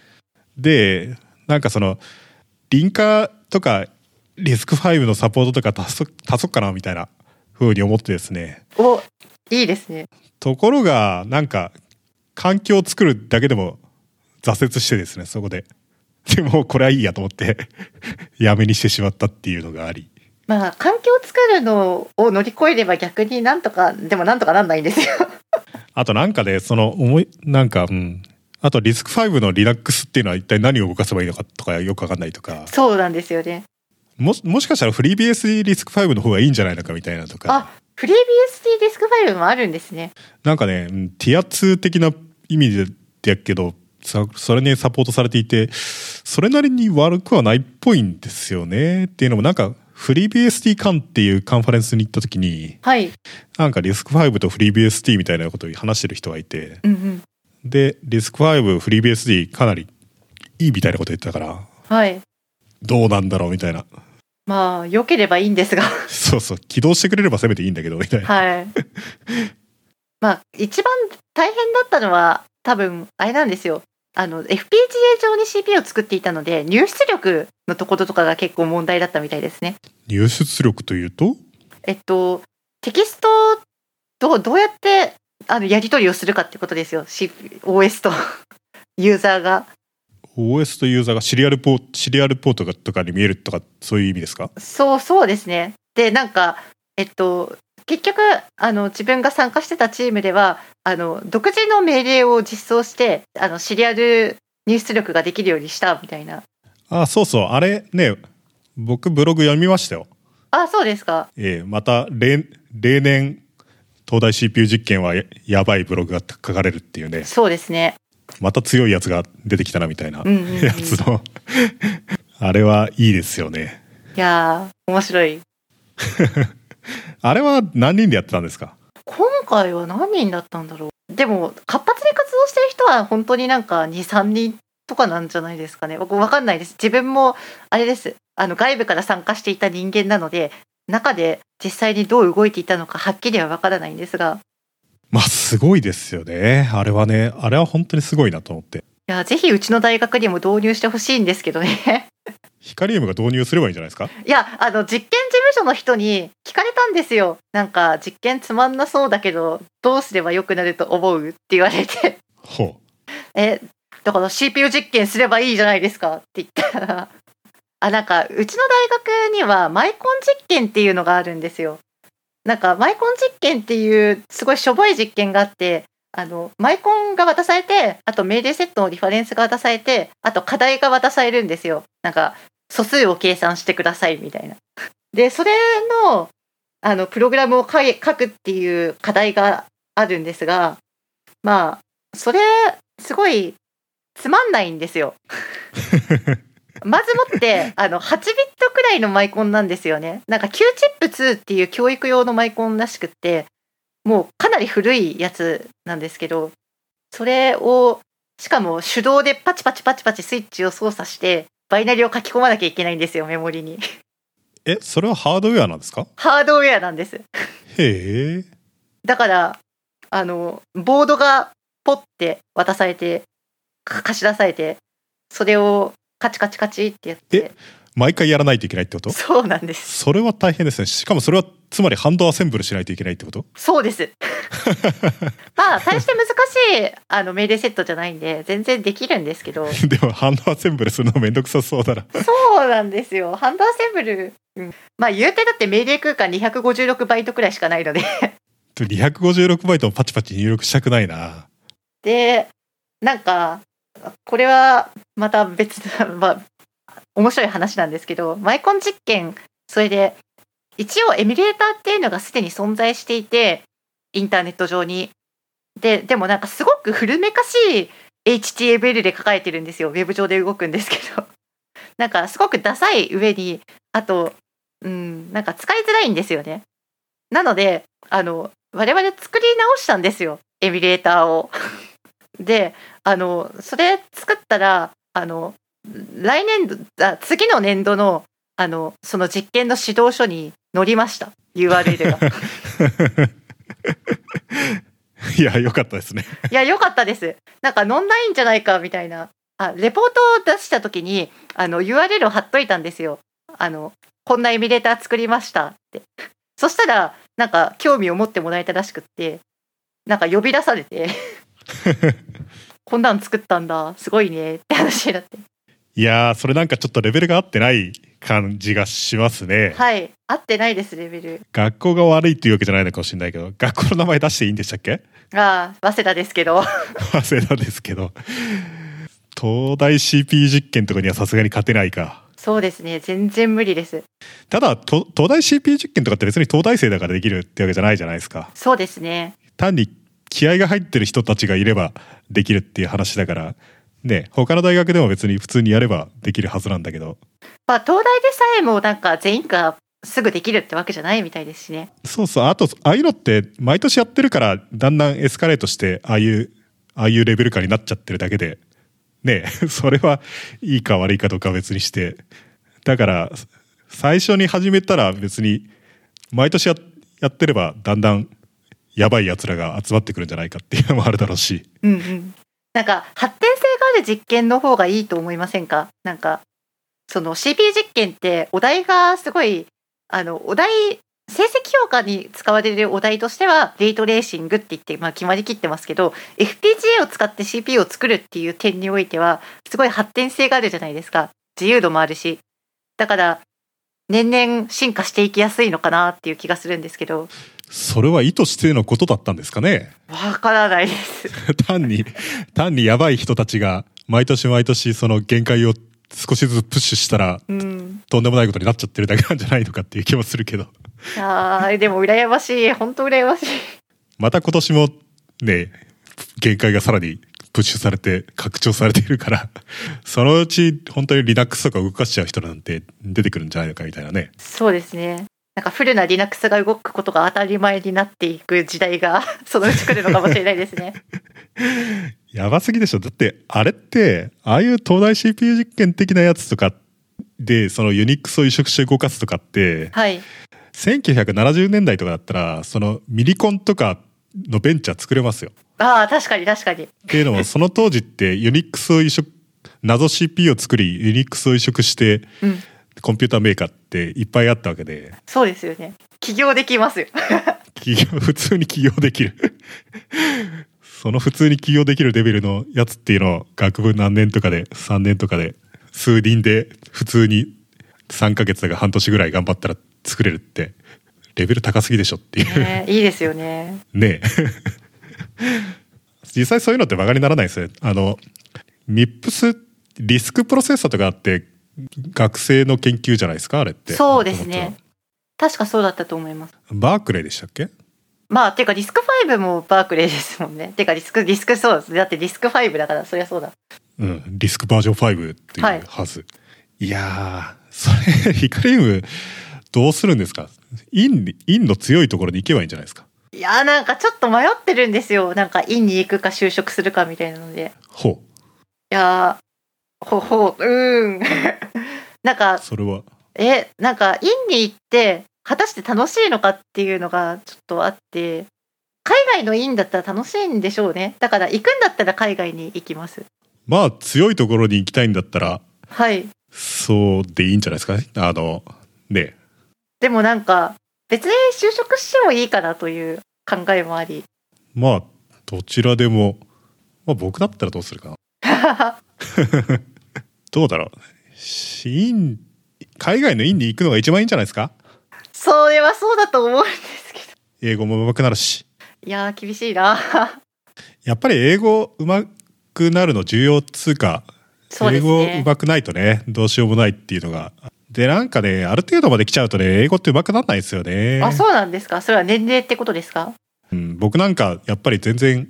Speaker 1: でなんかそのリンカとかリスク5のサポートとか足そ足そうかなみたいな風に思ってですね
Speaker 2: おいいですね
Speaker 1: ところがなんか環境を作るだけでも挫折してですねそこで でもうこれはいいやと思って やめにしてしまったっていうのがあり
Speaker 2: まあ環境を作るのを乗り越えれば逆になんとかでもなんとかなんないんですよ
Speaker 1: あとなんかで、その思いなんかうんあとリスク5のリラックスっていうのは一体何を動かせばいいのかとかよくわかんないとか
Speaker 2: そうなんですよね
Speaker 1: もしもしかしたらフリー BSD リスク5の方がいいんじゃないのかみたいなとか
Speaker 2: あフリー BSD ディスクファイルもあるんですね
Speaker 1: なんかね、うんティア2的な意味でやけど、さそれにサポートされていて、それなりに悪くはないっぽいんですよね。っていうのもなんか、フリー BSD 間っていうカンファレンスに行った時に、
Speaker 2: はい
Speaker 1: なんかリスク5とフリー BSD みたいなことを話してる人がいて、
Speaker 2: うんうん
Speaker 1: で、リスク5、フリー BSD かなりいいみたいなこと言ってたから、
Speaker 2: はい
Speaker 1: どうなんだろうみたいな。
Speaker 2: まあ良ければいいん ですが
Speaker 1: そうそう、起動してくれればせめていいんだけど、みたいな。
Speaker 2: はいまあ一番大変だったのは多分あれなんですよあの FPGA 上に CPU を作っていたので入出力のところとかが結構問題だったみたいですね
Speaker 1: 入出力というと、
Speaker 2: えっと、テキストをどうどうやってあのやり取りをするかってことですよ、C、OS と ユーザーが。
Speaker 1: OS とユーザーがシリアルポート、シリアルポートがとかに見えるとか、そういう意味ですか
Speaker 2: そうそうですね。でなんかえっと結局あの自分が参加してたチームではあの独自の命令を実装してあのシリアル入出力ができるようにしたみたいな。
Speaker 1: あ、そうそう、あれね、僕ブログ読みましたよ。
Speaker 2: あそうですか。
Speaker 1: ええまた例、例年、東大 CPU 実験はややばいブログが書かれるっていうね、
Speaker 2: そうですね。
Speaker 1: また強いやつが出てきたなみたいな
Speaker 2: うんうんうん
Speaker 1: やつの、あれはいいですよね。
Speaker 2: いやー面白い
Speaker 1: あれは何人でやってたんですか
Speaker 2: 今回は何人だったんだろうでも活発に活動してる人は本当になんか23人とかなんじゃないですかね僕わかんないです自分もあれですあの外部から参加していた人間なので中で実際にどう動いていたのかはっきりはわからないんですが
Speaker 1: まあすごいですよねあれはねあれは本当にすごいなと思って
Speaker 2: いやぜひうちの大学にも導入してほしいんですけどね
Speaker 1: ヒカリウムが導入すればいいんじゃないですか
Speaker 2: いやあの実験事務所の人に聞かれたんですよなんか実験つまんなそうだけどどうすればよくなると思うって言われて
Speaker 1: ほう
Speaker 2: えだから CPU 実験すればいいじゃないですかって言ったらあなんかうちの大学にはマイコン実験っていうのがあるんですよなんかマイコン実験っていうすごいしょぼい実験があってあのマイコンが渡されてあと命令セットのリファレンスが渡されてあと課題が渡されるんですよなんか素数を計算してくださいみたいな。でそれのあのプログラムを書い書くっていう課題があるんですがまあそれすごいつまんないんですよ。まずもってあの8ビットくらいのマイコンなんですよね。なんか Q チップ2っていう教育用のマイコンらしくってもうかなり古いやつなんですけどそれをしかも手動でパチパチパチパチスイッチを操作してバイナリを書き込まなきゃいけないんですよメモリに
Speaker 1: えそれはハードウェアなんですか
Speaker 2: ハードウェアなんです
Speaker 1: へえ
Speaker 2: だからあのボードがポッて渡されてか貸し出されてそれをカチカチカチってやって
Speaker 1: 毎回やらないといけないってこと
Speaker 2: そうなんです
Speaker 1: それは大変ですねしかもそれはつまりハンドアセンブルしないといけないってこと
Speaker 2: そうです まあ大して難しいあの命令セットじゃないんで全然できるんですけど
Speaker 1: でもハンドアセンブルするのめんどくさそうだな
Speaker 2: そうなんですよハンドアセンブル、うんまあ言うてだって命令空間256バイトくらいしかないので
Speaker 1: 256バイトもパチパチ入力したくないな
Speaker 2: でなんかこれはまた別な、 まあ、面白い話なんですけどマイコン実験それで一応エミュレーターっていうのがすでに存在していてインターネット上にででもなんかすごく古めかしい HTML で書かれてるんですよウェブ上で動くんですけど なんかすごくダサい上にあとうんなんか使いづらいんですよねなのであの我々作り直したんですよエミュレーターをであのそれ作ったらあの来年度あ次の年度のあのその実験の指導書に載りました URL が
Speaker 1: いやよかったですね
Speaker 2: いや良かったですなんか載んないんじゃないかみたいなあレポートを出した時にあの URL を貼っといたんですよあのこんなエミュレーター作りましたってそしたらなんか興味を持ってもらえたらしくってなんか呼び出されてこんなん作ったんだすごいねって話になって
Speaker 1: いやーそれなんかちょっとレベルが合ってない感じがしますね、
Speaker 2: はい合ってないですレベル
Speaker 1: 学校が悪いっていうわけじゃないのかもしれないけど学校の名前出していいんでしたっけ
Speaker 2: ああ早稲田ですけど
Speaker 1: 忘れたんですけど東大 CP 実験とかにはさすがに勝てないか
Speaker 2: そうですね全然無理です
Speaker 1: ただと東大 CP 実験とかって別に東大生だからできるってわけじゃないじゃないですか
Speaker 2: そうですね
Speaker 1: 単に気合が入ってる人たちがいればできるっていう話だからね他の大学でも別に普通にやればできるはずなんだけど
Speaker 2: まあ東大でさえもなんか全員がすぐできるってわけじゃないみたいですしね
Speaker 1: そうそうあとああいうのって毎年やってるからだんだんエスカレートしてああいうああいうレベル感になっちゃってるだけでねえ それはいいか悪いかとかは別にしてだから最初に始めたら別に毎年ややってればだんだんやばいやつらが集まってくるんじゃないかっていうのもあるだろうし
Speaker 2: うんうんなんか発展性がある実験の方がいいと思いませんかなんかその CP 実験ってお題がすごいあのお題成績評価に使われるお題としてはレイトレーシングって言って、まあ、決まりきってますけど FPGA を使って CPU を作るっていう点においてはすごい発展性があるじゃないですか自由度もあるしだから年々進化していきやすいのかなっていう気がするんですけど
Speaker 1: それは意図してのことだったんですかね
Speaker 2: わからないです
Speaker 1: 単に単にやばい人たちが毎年毎年その限界を少しずつプッシュしたら
Speaker 2: うん
Speaker 1: とんでもないことになっちゃってるだけなんじゃないのかっていう気もするけど
Speaker 2: あーでも羨ましい本当羨ましい
Speaker 1: また今年もね限界がさらにプッシュされて拡張されてい るからそのうち本当に Linux とか動かしちゃう人なんて出てくるんじゃないのかみたいなね
Speaker 2: そうですね。なんかフルな Linux が動くことが当たり前になっていく時代が そのうち来るのかもしれないですね。
Speaker 1: やばすぎでしょだってあれってああいう東大 CPU 実験的なやつとかでそのユニックスを移植して動かすとかって
Speaker 2: はい。
Speaker 1: 1970年代とかだったらそのミリコンとかのベンチャー作れますよ
Speaker 2: ああ、確かに確かに。
Speaker 1: っていうのもその当時ってユニックスを移植謎 CPU を作りユニックスを移植して
Speaker 2: うん。
Speaker 1: コンピューターメーカーっていっぱいあったわけで
Speaker 2: そうですよね。起業できますよ。
Speaker 1: 起業普通に起業できるその普通に起業できるレベルのやつっていうのを学部何年とかで3年とかで数輪で普通に3ヶ月とか半年ぐらい頑張ったら作れるってレベル高すぎでしょっていう
Speaker 2: ね、 いいですよね。
Speaker 1: ねえ 実際そういうのってバカにならないですねあの MIPS リスクプロセッサーとかあって学生の研究じゃないですかあれって
Speaker 2: そうですね。確かそうだったと思います。
Speaker 1: バークレーでしたっけ
Speaker 2: まあ、てかリスク5もバークレーですもんね。てかリスク、リスクそうです。だってリスク5だから、そりゃそうだ。
Speaker 1: うんリスクバージョン5っていう
Speaker 2: はい
Speaker 1: はず、い、やーそれヒカリウムどうするんですかインインの強いところに行けばいいんじゃないですか
Speaker 2: いやーなんかちょっと迷ってるんですよ。なんか院に行くか就職するかみたいなので。
Speaker 1: ほ
Speaker 2: いやーほほう、うーん。なんか
Speaker 1: う、それは
Speaker 2: え、なんか院に行って、果たして楽しいのかっていうのがちょっとあって、海外の院だったら楽しいんでしょうね。だから行くんだったら海外に行きます。
Speaker 1: まあ強いところに行きたいんだったら
Speaker 2: はい。
Speaker 1: そうでいいんじゃないですかあのねえ
Speaker 2: でもなんか、別に就職してもいいかなという考えもあり。
Speaker 1: まあどちらでも、まあ、僕だったらどうするかな どうだろうしイン海外のインに行くのが一番いいんじゃないですか
Speaker 2: それはそうだと思うんですけど。
Speaker 1: 英語も上手くなるし
Speaker 2: いやー、厳しいな。
Speaker 1: やっぱり英語上手くなるの重要っつうか
Speaker 2: そう
Speaker 1: 英
Speaker 2: です
Speaker 1: 語
Speaker 2: ね。
Speaker 1: 上手くないとねどうしようもないっていうのがでなんかねある程度まで来ちゃうとね英語って上手くならないですよね
Speaker 2: あ、そうなんですか。それは年齢ってことですか。
Speaker 1: うん、僕なんかやっぱり全然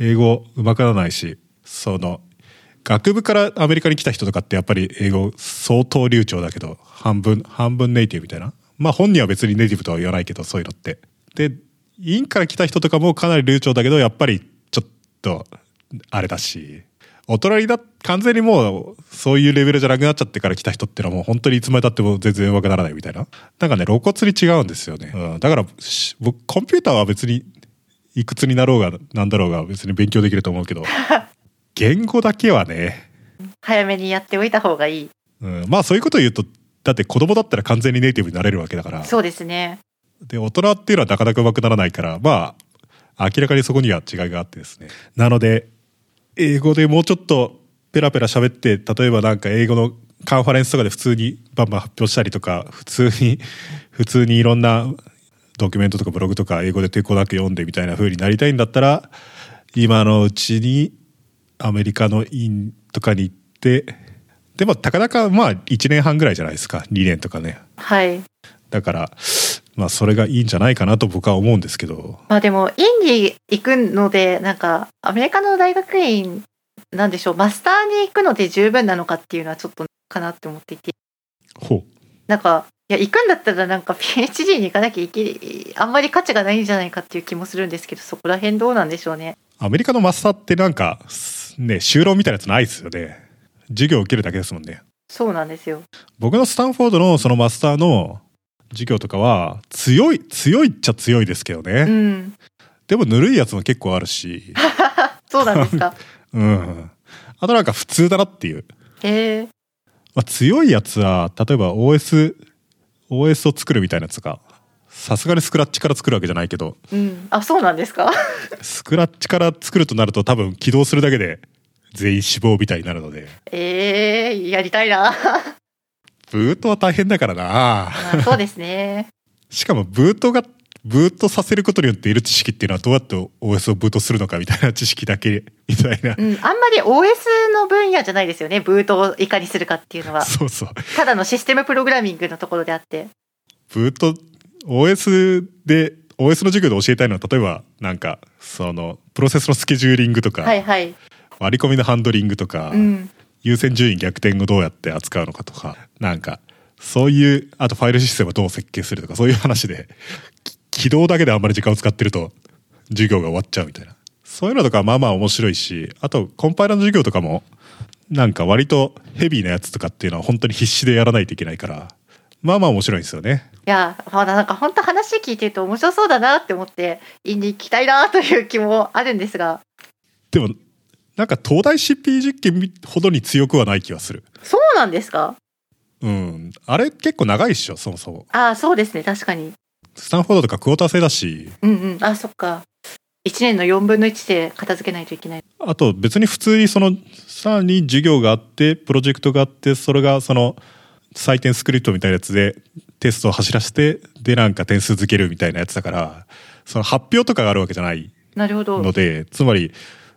Speaker 1: 英語上手くならないしその学部からアメリカに来た人とかってやっぱり英語相当流暢だけど半分半分ネイティブみたいなまあ本人は別にネイティブとは言わないけどそういうのってでインから来た人とかもかなり流暢だけどやっぱりちょっとあれだし大人にだ完全にもうそういうレベルじゃなくなっちゃってから来た人ってのはもう本当にいつまでたっても全然上手くならないみたいななんかね露骨に違うんですよね、うん、だからし僕コンピューターは別にいくつになろうがなんだろうが別に勉強できると思う けど言語だけはね、
Speaker 2: 早めにやっておいた方がいい。
Speaker 1: うん、まあそういうことを言うとだって子供だったら完全にネイティブになれるわけだから
Speaker 2: そうですね。
Speaker 1: で大人っていうのはなかなかうまくならないからまあ明らかにそこには違いがあってですねなので英語でもうちょっとペラペラ喋って例えばなんか英語のカンファレンスとかで普通にバンバン発表したりとか普通に 普通にいろんなドキュメントとかブログとか英語で抵抗なく読んでみたいな風になりたいんだったら今のうちにアメリカの院とかに行ってでもたかだかまあ1年半ぐらいじゃないですか2年とかね
Speaker 2: はい。
Speaker 1: だから、まあ、それがいいんじゃないかなと僕は思うんですけど、
Speaker 2: まあでも、院に行くので、なんか、アメリカの大学院、なんでしょう、マスターに行くので十分なのかっていうのはちょっとかなって思っていて。
Speaker 1: ほ
Speaker 2: なんか、いや、行くんだったらなんか PhD に行かなきゃいけ、あんまり価値がないんじゃないかっていう気もするんですけど、そこら辺どうなんでしょうね。
Speaker 1: アメリカのマスターってなんか、ね、修論みたいなやつないですよね。授業を受けるだけですもんね。
Speaker 2: そうなんですよ。
Speaker 1: 僕のスタンフォードのそのマスターの授業とかは、強い、強いっちゃ強いですけどね。
Speaker 2: うん。
Speaker 1: でもぬるいやつも結構あるし、
Speaker 2: そうなんですか。
Speaker 1: うん。あとなんか普通だなっていう。
Speaker 2: えー、
Speaker 1: まあ、強いやつは、例えば OS、OS を作るみたいなやつとか、さすがにスクラッチから作るわけじゃないけど、
Speaker 2: うん。あ、そうなんですか。
Speaker 1: スクラッチから作るとなると多分起動するだけで全員死亡みたいになるので
Speaker 2: えー、やりたいな。
Speaker 1: ブートは大変だからな
Speaker 2: まあそうですね。
Speaker 1: しかもブートがブートさせることによっている知識っていうのはどうやって OS をブートするのかみたいな知識だけみたいな
Speaker 2: うん、あんまり OS の分野じゃないですよね。ブートをいかにするかっていうのは。
Speaker 1: そうそう
Speaker 2: ただのシステムプログラミングのところであって。
Speaker 1: ブート OS で OS の授業で教えたいのは例えばなんかそのプロセスのスケジューリングとか、
Speaker 2: はいはい。
Speaker 1: 割り込みのハンドリングとか、
Speaker 2: うん
Speaker 1: 優先順位逆転をどうやって扱うのかとかなんかそういうあとファイルシステムをどう設計するとかそういう話でき起動だけであんまり時間を使ってると授業が終わっちゃうみたいなそういうのとかまあまあ面白いしあとコンパイラーの授業とかもなんか割とヘビーなやつとかっていうのは本当に必死でやらないといけないからまあまあ面白いんですよね
Speaker 2: いやまだなんか本当話聞いてると面白そうだなって思ってインに行きたいなという気もあるんですが
Speaker 1: でもなんか東大 CP 実験ほどに強くはない気がする
Speaker 2: そうなんですか
Speaker 1: うんあれ結構長いっしょそもそも
Speaker 2: ああそうですね確かに
Speaker 1: スタンフォードとかクォーター制だし
Speaker 2: うんうんあそっか1年の4分の1で片付けないといけない
Speaker 1: あと別に普通にそのさらに授業があってプロジェクトがあってそれがその採点スクリプトみたいなやつでテストを走らせてでなんか点数付けるみたいなやつだからその発表とかがあるわけじゃない
Speaker 2: なるほど
Speaker 1: のでつまり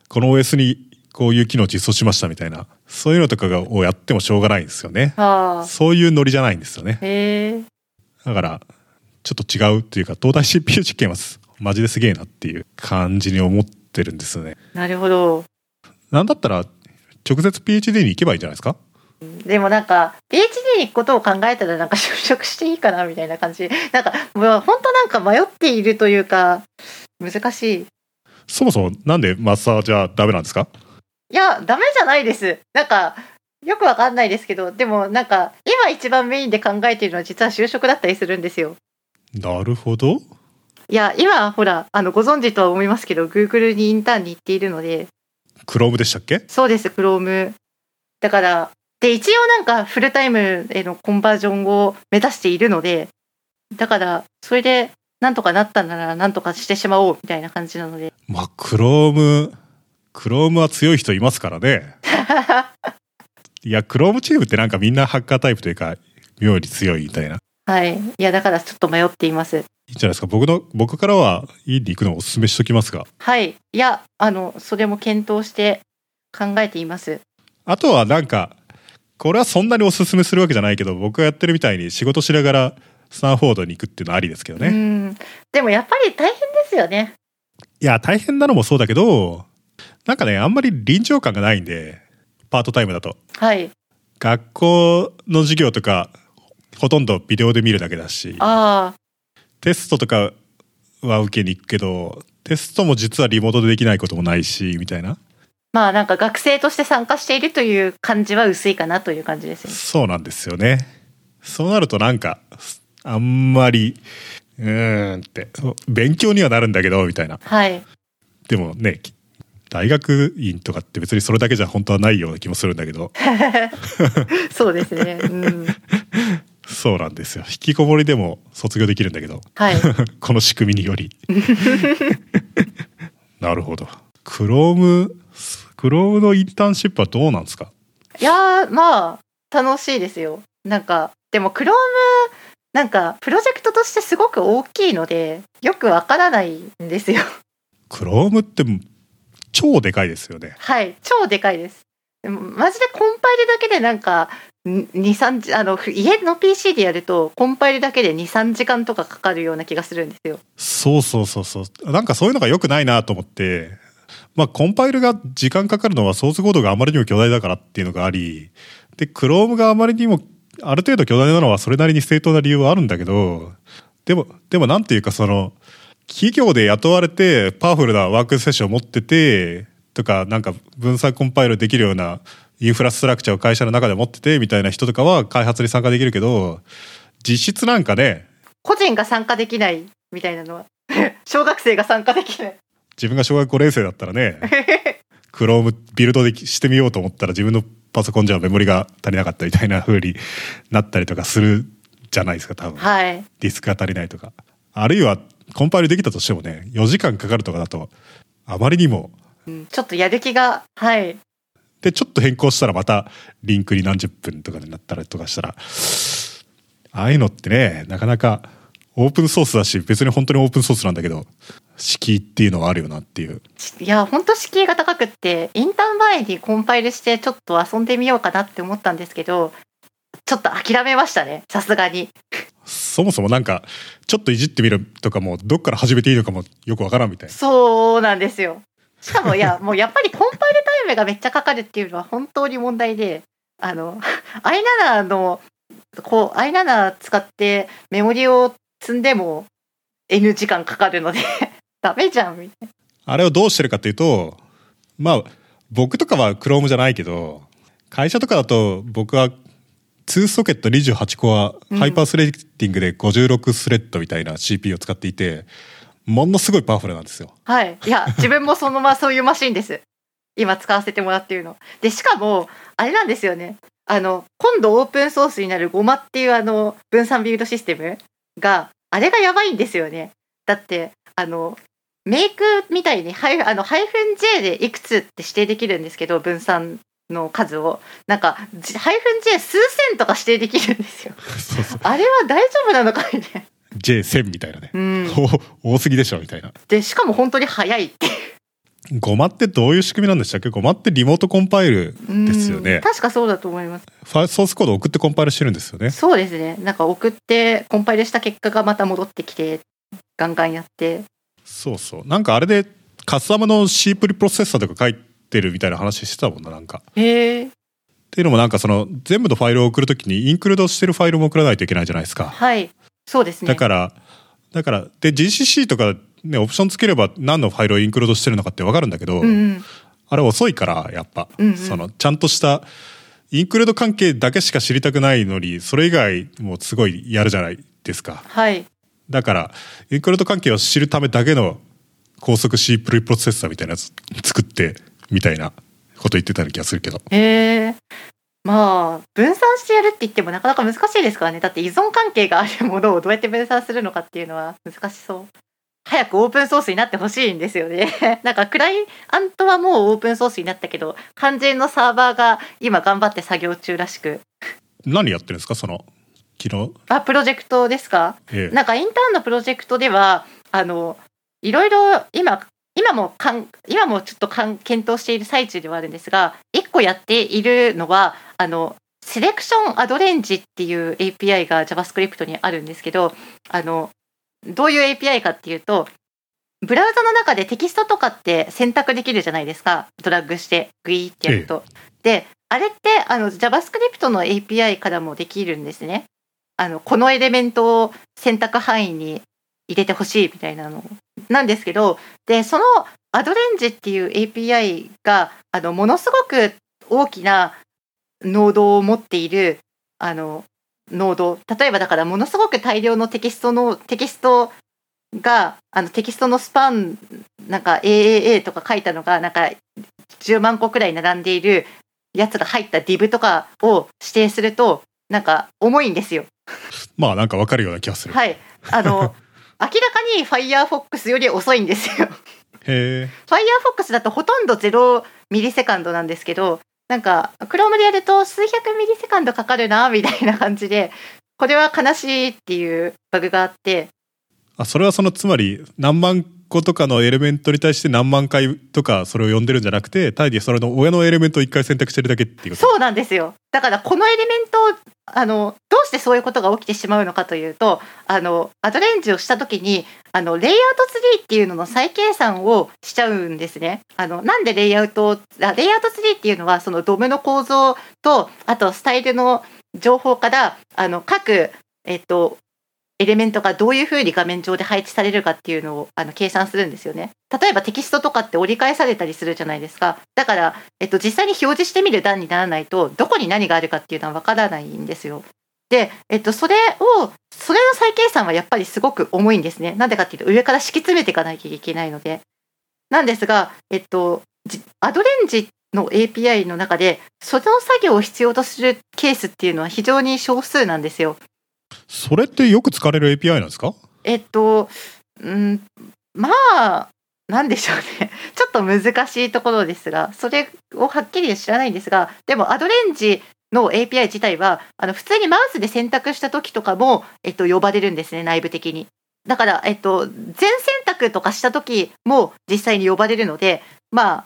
Speaker 1: この OS にこういう機能実装しましたみたいなそういうのとかがをやってもしょうがないんですよね
Speaker 2: ああ
Speaker 1: そういうノリじゃないんですよね
Speaker 2: へえ
Speaker 1: だからちょっと違うっていうか東大 CPU 実験はマジですげえなっていう感じに思ってるんですよね
Speaker 2: なるほど
Speaker 1: なんだったら直接 PhD に行けばいいんじゃないですか
Speaker 2: でもなんか PhD に行くことを考えたらなんか就職していいかなみたいな感じなんかもう本当なんか迷っているというか難しい
Speaker 1: そもそもなんでマッサージはダメなんですか
Speaker 2: いやダメじゃないですなんかよくわかんないですけどでもなんか今一番メインで考えているのは実は就職だったりするんですよ
Speaker 1: なるほど
Speaker 2: いや今ほらあのご存知とは思いますけど Google にインターンに行っているので
Speaker 1: クロームでしたっけ
Speaker 2: そうです、クローム。だから、で、一応なんかフルタイムへのコンバージョンを目指しているので、だから、それで、なんとかなったなら、なんとかしてしまおうみたいな感じなので。
Speaker 1: まあクロームクロームは強い人いますからねいやクロームチームってなんかみんなハッカータイプというか妙に強いみたいない
Speaker 2: はい。いや、だからちょっと迷っています。
Speaker 1: いじゃないですか僕の僕からはインに行くのをお勧めしときますが
Speaker 2: はい。いや、あの、それも検討して考えています。
Speaker 1: あとはなんかこれはそんなにお勧めするわけじゃないけど僕がやってるみたいに仕事しながらスタンフォードに行くっていうのはありですけどね、
Speaker 2: うん。でもやっぱり大変ですよね。
Speaker 1: いや、大変なのもそうだけど、なんかね、あんまり臨場感がないんで、パートタイムだと。
Speaker 2: はい。
Speaker 1: 学校の授業とか、ほとんどビデオで見るだけだし、
Speaker 2: あ
Speaker 1: テストとかは受けに行くけど、テストも実はリモートでできないこともないし、みたいな。
Speaker 2: あ。まあなんか学生として参加しているという感じは薄いかなという感じですね。
Speaker 1: そうなんですよね。そうなるとなんか、あんまり、うーんって、勉強にはなるんだけど、みたいな。
Speaker 2: はい。
Speaker 1: でもね、き大学院とかって別にそれだけじゃ本当はないような気もするんだけど、
Speaker 2: そうですね。うん。
Speaker 1: そうなんですよ。引きこもりでも卒業できるんだけど、
Speaker 2: はい。
Speaker 1: この仕組みにより。 なるほど。Chrome、Chrome のインターンシップはどうなんですか
Speaker 2: いやーまあ楽しいですよなんかでも Chrome なんかプロジェクトとしてすごく大きいのでよくわからないんですよ
Speaker 1: ?Chrome って超でかいですよね。
Speaker 2: はい超でかいですでもマジでコンパイルだけでなんか23時あのふ家の PC でやるとコンパイルだけで23時間とかかかるような気がするんですよ
Speaker 1: そうそうそうそう。なんかそういうのが良くないなと思って、まあコンパイルが時間かかるのはソースコードがあまりにも巨大だからっていうのがあり、で、Chrome があまりにもある程度巨大なのはそれなりに正当な理由はあるんだけど、でも、でもなんていうかその、企業で雇われてパワフルなワークセッションを持ってて、とかなんか分散コンパイルできるようなインフラストラクチャーを会社の中で持っててみたいな人とかは開発に参加できるけど、実質なんかね、
Speaker 2: 個人が参加できないみたいなのは 小学生が参加できない
Speaker 1: 自分が小学5年生だったらね、クロームビルドできしてみようと思ったら自分のパソコンじゃメモリが足りなかったみたいな風になったりとかするじゃないですか多分
Speaker 2: はい
Speaker 1: ディスクが足りないとかあるいはコンパイルできたとしてもね4時間かかるとかだとあまりにも
Speaker 2: うんちょっとやる気がはい
Speaker 1: でちょっと変更したらまたリンクに何十分とかになったりとかしたらああいうのってねなかなかオープンソースだし別に本当にオープンソースなんだけど敷居っていうのはあるよなっていう
Speaker 2: いや本当敷居が高くってインターン前にコンパイルしてちょっと遊んでみようかなって思ったんですけどちょっと諦めましたねさすがに
Speaker 1: そもそもなんかちょっといじってみるとかもどっから始めていいのかもよくわからんみたいな
Speaker 2: そうなんですよしかもいや もうやっぱりコンパイルタイムがめっちゃかかるっていうのは本当に問題であの i7 のこう i7 使ってメモリを積んでも N 時間かかるので ダメじゃんみたい
Speaker 1: あれをどうしてるかっていうと、まあ、僕とかは Chrome じゃないけど、会社とかだと僕は2ソケット28コア、
Speaker 2: うん
Speaker 1: ハイパースレッティングで56スレッドみたいな CPU を使っていて、ものすごいパワフルなんです よ。
Speaker 2: なはいいや自分もそのまあそういうマシンです 今使わせてもらっているのでしかもあれなんですよねあの今度オープンソースになる GOMA っていうあの分散ビルドシステムがあれがやばいんですよねだってあのメイクみたいにハイあのハイフン J でいくつって指定できるんですけど分散の数をなんかじハイフン J 数千とか指定できるんで すよ
Speaker 1: そうそう。
Speaker 2: あれは大丈夫なのかみたい
Speaker 1: J1000 みたいなね。
Speaker 2: な、うん、
Speaker 1: お多すぎでしょみたいな。
Speaker 2: でしかも本当に早いって
Speaker 1: ゴマってどういう仕組みなんでしたっけゴマってリモートコンパイル、ですよね
Speaker 2: うん確かそうだと思います
Speaker 1: ファソースコード送ってコンパイルしてるんですよね。
Speaker 2: そうですねなんか送ってコンパイルした結果がまた戻ってきてガンガンやって
Speaker 1: そうそう。なんかあれでカスタムのシープリプロセッサーとか書いてるみたいな話してたもんな、なんか。
Speaker 2: へえ
Speaker 1: っていうのもなんかその全部のファイルを送るときにインクルードしてるファイルも送らないといけないじゃないですか。
Speaker 2: はいそうですね
Speaker 1: だから、だから、で GCC とかね、オプションつければ何のファイルをインクルードしてるのかってわかるんだけど、
Speaker 2: うんうん
Speaker 1: あれ遅いから、やっぱ、
Speaker 2: うんうん
Speaker 1: その、ちゃんとした、インクルード関係だけしか知りたくないのに、それ以外もすごいやるじゃないですか。
Speaker 2: はい
Speaker 1: だから、インクルード関係を知るためだけの高速 C プリプロセッサーみたいなやつ作って、みたいなこと言ってたような気がするけど。
Speaker 2: へえまあ分散してやるって言ってもなかなか難しいですからねだって依存関係があるものをどうやって分散するのかっていうのは難しそう早くオープンソースになってほしいんですよね なんかクライアントはもうオープンソースになったけど肝心のサーバーが今頑張って作業中らしく
Speaker 1: 何やってるんですかその、昨日、
Speaker 2: あプロジェクトですか
Speaker 1: ええ
Speaker 2: なんかインターンのプロジェクトではあのいろいろ今今もかん今もちょっとかん検討している最中ではあるんですが1個やっているのはあのセレクションアドレンジっていう API が JavaScript にあるんですけどあのどういう API かっていうとブラウザの中でテキストとかって選択できるじゃないですかドラッグしてグイーってやると。であれってあの JavaScript の API からもできるんですね。あのこのエレメントを選択範囲に入れてほしいみたいなのなんですけどでそのアドレンジっていう API があのものすごく大きなノードを持っているあのノード例えばだからものすごく大量のテキストのテキストがあのテキストのスパンなんか AAA とか書いたのがなんか10万個くらい並んでいるやつが入った DIV とかを指定するとなんか重いんですよ。
Speaker 1: まあなんかわかるような気がする。
Speaker 2: はい。あの、明らかに Firefox より遅いんですよ。
Speaker 1: へえ。
Speaker 2: Firefox だとほとんど0ミリセカンドなんですけど、なんか、Chrome でやると数百ミリセカンドかかるな、みたいな感じで、これは悲しいっていうバグがあって、
Speaker 1: あ、それはその、つまり、何万個とかのエレメントに対して何万回とかそれを呼んでるんじゃなくて、単にそれの親のエレメントを一回選択してるだけっていうこと。
Speaker 2: そうなんですよ。だから、このエレメントを、あの、どうしてそういうことが起きてしまうのかというと、あの、アドレンジをした時に、あの、レイアウトツリーっていうのの再計算をしちゃうんですね。あの、なんでレイアウトを、あレイアウトツリーっていうのは、そのドムの構造と、あとスタイルの情報から、あの、各、えっと、エレメントがどういうふうに画面上で配置されるかっていうのをあの計算するんですよね。例えばテキストとかって折り返されたりするじゃないですか。だから、えっと、実際に表示してみる段にならないと、どこに何があるかっていうのはわからないんですよ。で、えっと、それを、それの再計算はやっぱりすごく重いんですね。なんでかっていうと、上から敷き詰めていかなきゃいけないので。なんですが、えっと、じアドレンジの API の中で、その作業を必要とするケースっていうのは非常に少数なんですよ。
Speaker 1: それってよく使われる API なんですか
Speaker 2: えっと、うん、まあ、なんでしょうね。 ちょっと難しいところですが、それをはっきり知らないんですが、でもアドレンジの API 自体は、あの普通にマウスで選択した時とかも、えっと、呼ばれるんですね、内部的に。だから、えっと、全選択とかした時も実際に呼ばれるので、まあ、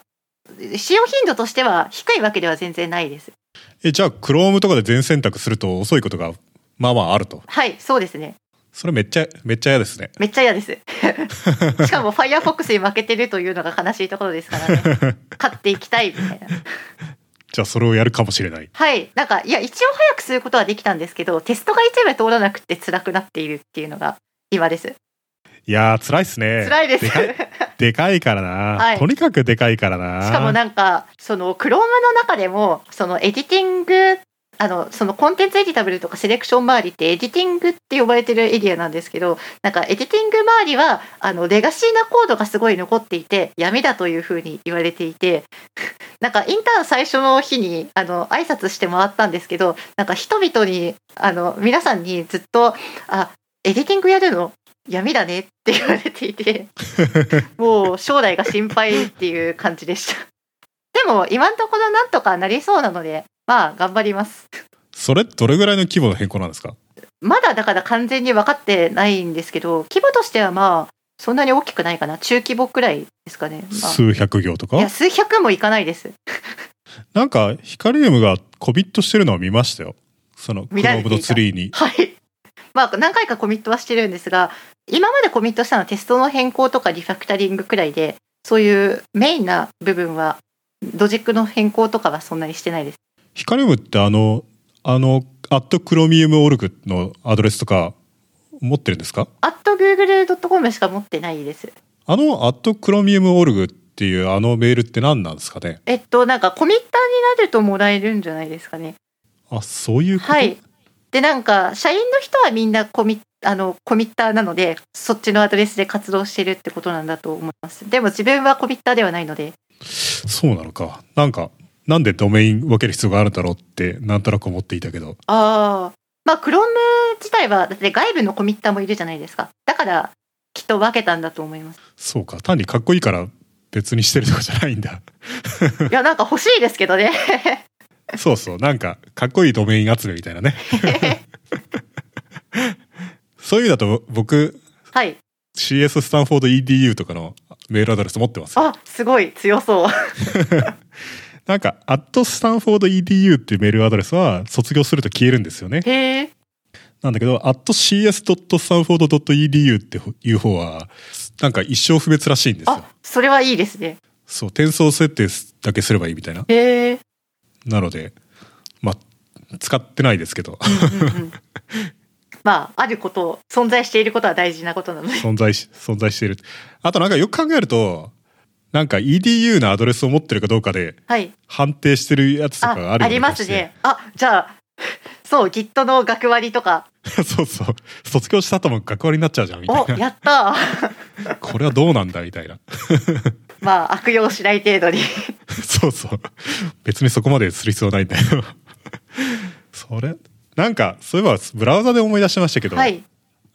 Speaker 2: 使用頻度としては低いわけでは全然ないです。
Speaker 1: え、じゃあ、Chrome とかで全選択すると遅いことが、まあまああると。
Speaker 2: はい、そうですね。
Speaker 1: それめっちゃめっちゃ嫌ですね
Speaker 2: めっちゃ嫌です。しかも Firefox に負けてるというのが悲しいところですからね。勝っていきたいみたいな。
Speaker 1: じゃあそれをやるかもしれない
Speaker 2: はい。なんか、いや、一応早くすることはできたんですけど、テストが一部通らなくて辛くなっているっていうのが今です。
Speaker 1: いやー辛いっすね
Speaker 2: 辛いです。
Speaker 1: かいでかいからな、
Speaker 2: はい
Speaker 1: とにかくでかいからな
Speaker 2: しかもなんかその Chrome の中でもそのエディティングあのそのコンテンツエディタブルとかセレクション周りってエディティングって呼ばれてるエリアなんですけどなんかエディティング周りはあのレガシーなコードがすごい残っていて闇だというふうに言われていて なんかインターン最初の日にあの挨拶して回ったんですけどなんか人々にあの皆さんにずっと「あエディティングやるの闇だね」って言われていて。もう将来が心配っていう感じでした。でも今のところなんとかなりそうなので、まあ頑張ります。
Speaker 1: それどれぐらいの規模の変更なんですか
Speaker 2: まだだから完全に分かってないんですけど、規模としてはまあそんなに大きくないかな。中規模くらいですかね。まあ
Speaker 1: 数百行と
Speaker 2: い
Speaker 1: か
Speaker 2: や数百もいかないです。
Speaker 1: なんかヒカリウムがコミットしてるのは見ましたよそのクロ
Speaker 2: 見られ
Speaker 1: ー
Speaker 2: て
Speaker 1: ムの
Speaker 2: いた
Speaker 1: ツリーに
Speaker 2: はい。まあ何回かコミットはしてるんですが、今までコミットしたのはテストの変更とかリファクタリングくらいで、そういうメインな部分は、ロジックの変更とかはそんなにしてないです。
Speaker 1: ヒカリウムってあのあのアットクロミウムオルグのアドレスとか持ってるんですか
Speaker 2: あと google.com しか持ってないです。
Speaker 1: あのアットクロミウムオルグっていうあのメールって何なんですかね
Speaker 2: えっと、なんかコミッターになるともらえるんじゃないですかね。
Speaker 1: あそういうこと、
Speaker 2: はい。で、なんか、社員の人はみんなコミあのコミッターなので、そっちのアドレスで活動してるってことなんだと思います。でも自分はコミッターではないので、
Speaker 1: そうなのかなんかなんでドメイン分ける必要があるんだろうってなんとなく思っていたけど
Speaker 2: ああ、まあ、Chrome 自体は、だって外部のコミッターもいるじゃないですか。だから、きっと分けたんだと思い ます。
Speaker 1: そうか単にかっこいいから別にしてるとかじゃないんだ
Speaker 2: いや、なんか欲しいですけどね。
Speaker 1: そうそうなんかかっこいいドメイン集めみたいなねそういう意味だと僕
Speaker 2: はい。
Speaker 1: CS スタンフォード EDU とかのメールアドレス持ってますよ
Speaker 2: あ、すごい強そう。
Speaker 1: なんか「アットスタンフォード EDU」っていうメールアドレスは卒業すると消えるんですよね
Speaker 2: へえ。
Speaker 1: なんだけど「アット CS.stanford.edu」っていう方はなんか一生不滅らしいんですよ
Speaker 2: あ、それはいいですね。
Speaker 1: そう転送設定だけすればいいみたいな
Speaker 2: へえ。
Speaker 1: なのでまあ使ってないですけ ど
Speaker 2: うんうんまああること存在していることは大事なことなので
Speaker 1: 存在し存在しているあとなんかよく考えるとなんか EDU のアドレスを持ってるかどうかで
Speaker 2: はい
Speaker 1: 判定してるやつとかが
Speaker 2: あ
Speaker 1: ある
Speaker 2: あ
Speaker 1: よう
Speaker 2: り
Speaker 1: な気
Speaker 2: ま
Speaker 1: がし
Speaker 2: す
Speaker 1: て
Speaker 2: ねあじゃあそう Git の学割とか
Speaker 1: そうそう卒業した後も学割になっちゃうじゃんみたい
Speaker 2: お
Speaker 1: な
Speaker 2: やった
Speaker 1: これはどうなんだみたいな
Speaker 2: まあ悪用しない程度に
Speaker 1: そうそう別にそこまでする必要ないんだけど それなんかそういえばブラウザで思い出しましたけど、
Speaker 2: はい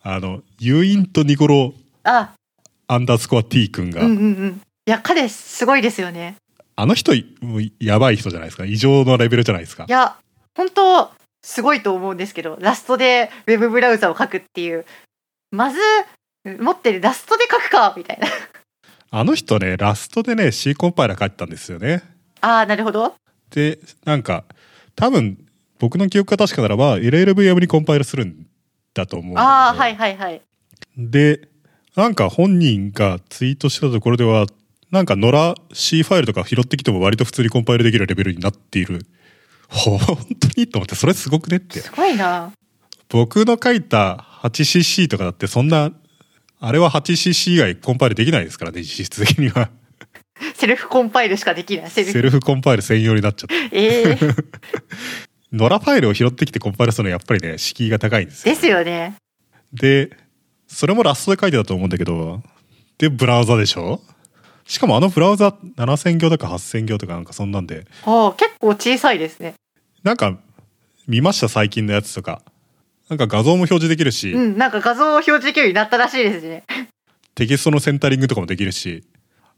Speaker 1: あのユインとニコロ
Speaker 2: あ
Speaker 1: アンダースコア T 君が、
Speaker 2: うんうんうんいや彼すごいですよね
Speaker 1: あの人もうやばい人じゃないですか異常のレベルじゃないですか
Speaker 2: いや本当すごいと思うんですけどラストでウェブブラウザを書くっていうまず持ってるラストで書くかみたいな
Speaker 1: あの人ねラストでね C コンパイラー書いてたんですよね
Speaker 2: ああなるほど
Speaker 1: でなんか多分僕の記憶が確かならば LLVM にコンパイルするんだと思うんだけど
Speaker 2: ああはいはいはい
Speaker 1: でなんか本人がツイートしたところではなんか野良 C ファイルとか拾ってきても割と普通にコンパイルできるレベルになっている ほ本当にと思ってそれすごくねって
Speaker 2: すごいな
Speaker 1: 僕の書いた 8cc とかだってそんなあれは 8cc 以外コンパイルできないですからね実質的には
Speaker 2: セルフコンパイルしかできないセルフ
Speaker 1: セルフコンパイル専用になっちゃって
Speaker 2: ええ
Speaker 1: 野良ファイルを拾ってきてコンパイルするのはやっぱりね敷居が高いんですよ
Speaker 2: ですよね。
Speaker 1: でそれもラストで書いてたと思うんだけどでブラウザでしょしかもあのブラウザ7,000行とか8,000行とかなんかそんなんで
Speaker 2: はあ、結構小さいですね。
Speaker 1: なんか見ました最近のやつとかなんか画像も表示できるし、
Speaker 2: うん、なんか画像を表示できるようになったらしいですね。
Speaker 1: テキストのセンタリングとかもできるし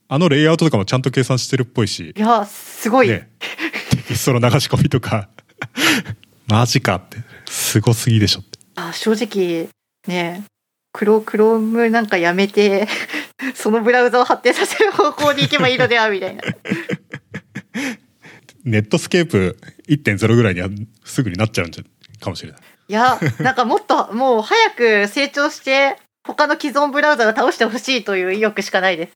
Speaker 1: あのレイアウトとかもちゃんと計算してるっぽいし
Speaker 2: い、や、すごい。
Speaker 1: ね、テキストの流し込みとか マジかってすごすぎでしょって
Speaker 2: あ正直、ね、クロクロームなんかやめて、 そのブラウザを発展させる方向に行けばいいのでは、みたいな。
Speaker 1: ネットスケープ1.0ぐらいにはすぐになっちゃうんじゃかもしれない
Speaker 2: いやなんかもっともう早く成長して他の既存ブラウザが倒してほしいという意欲しかないです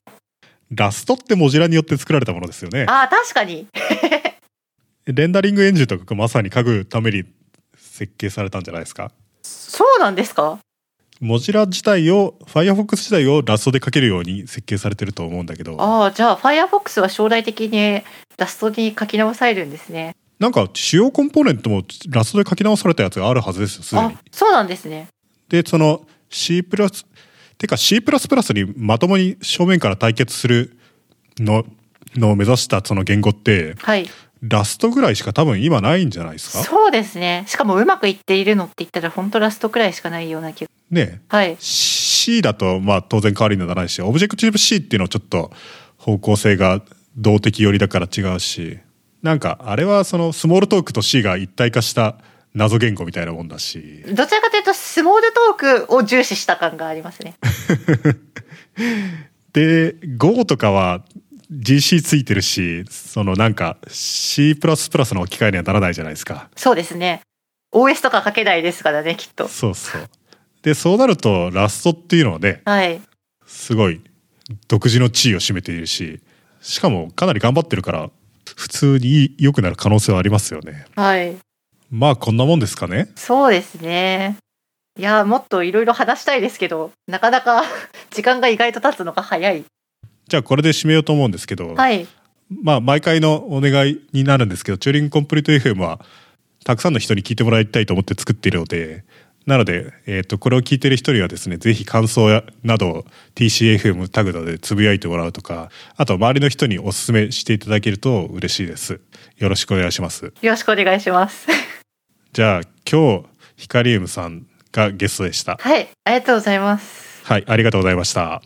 Speaker 1: ラストってモジュラによって作られたものですよね。
Speaker 2: ああ確かに
Speaker 1: レンダリングエンジンとかがまさに書くために設計されたんじゃないですか。
Speaker 2: そうなんですか
Speaker 1: モジュラ自体を Firefox 自体をラストで書けるように設計されてると思うんだけど
Speaker 2: ああじゃあ Firefox は将来的にラストに書き直されるんですね
Speaker 1: なんか主要コンポーネントもラストで書き直されたやつがあるはずですよすで
Speaker 2: あ
Speaker 1: に。
Speaker 2: そうなんですね
Speaker 1: でその C プラスてか C プラスプラスにまともに正面から対決するののを目指したその言語って
Speaker 2: はい
Speaker 1: ラストぐらいしか多分今ないんじゃないですか
Speaker 2: そうですねしかもうまくいっているのって言ったら本当ラストくらいしかないような気が
Speaker 1: ねえ
Speaker 2: はい
Speaker 1: C だとまあ当然変わりにならないしオブジェクティブ C っていうのはちょっと方向性が動的寄りだから違うしなんかあれはそのスモールトークと C が一体化した謎言語みたいなもんだし
Speaker 2: どちらかというとスモールトークを重視した感がありますね
Speaker 1: で Go とかは GC ついてるしそのなんか C++ の置き換えにはならないじゃないですか
Speaker 2: そうですね OS とか書けないですからねきっと
Speaker 1: そうそうでそうなるとラストっていうのはね
Speaker 2: はい
Speaker 1: すごい独自の地位を占めているししかもかなり頑張ってるから普通に良くなる可能性はありますよね
Speaker 2: はい
Speaker 1: まあこんなもんですかね
Speaker 2: そうですねいやもっといろいろ話したいですけどなかなか時間が意外と経つのが早い
Speaker 1: じゃあこれで締めようと思うんですけど、
Speaker 2: はい
Speaker 1: まあ毎回のお願いになるんですけどチューリングコンプリート FM はたくさんの人に聞いてもらいたいと思って作っているのでなので、えー、とこれを聞いてる人にはですねぜひ感想やなどを TCFM タグなどでつぶやいてもらうとかあと周りの人にお勧めしていただけると嬉しいですよろしくお願いします
Speaker 2: よろしくお願いします
Speaker 1: じゃあ今日ヒカリウムさんがゲストでした。
Speaker 2: はいありがとうございます
Speaker 1: はい、ありがとうございました。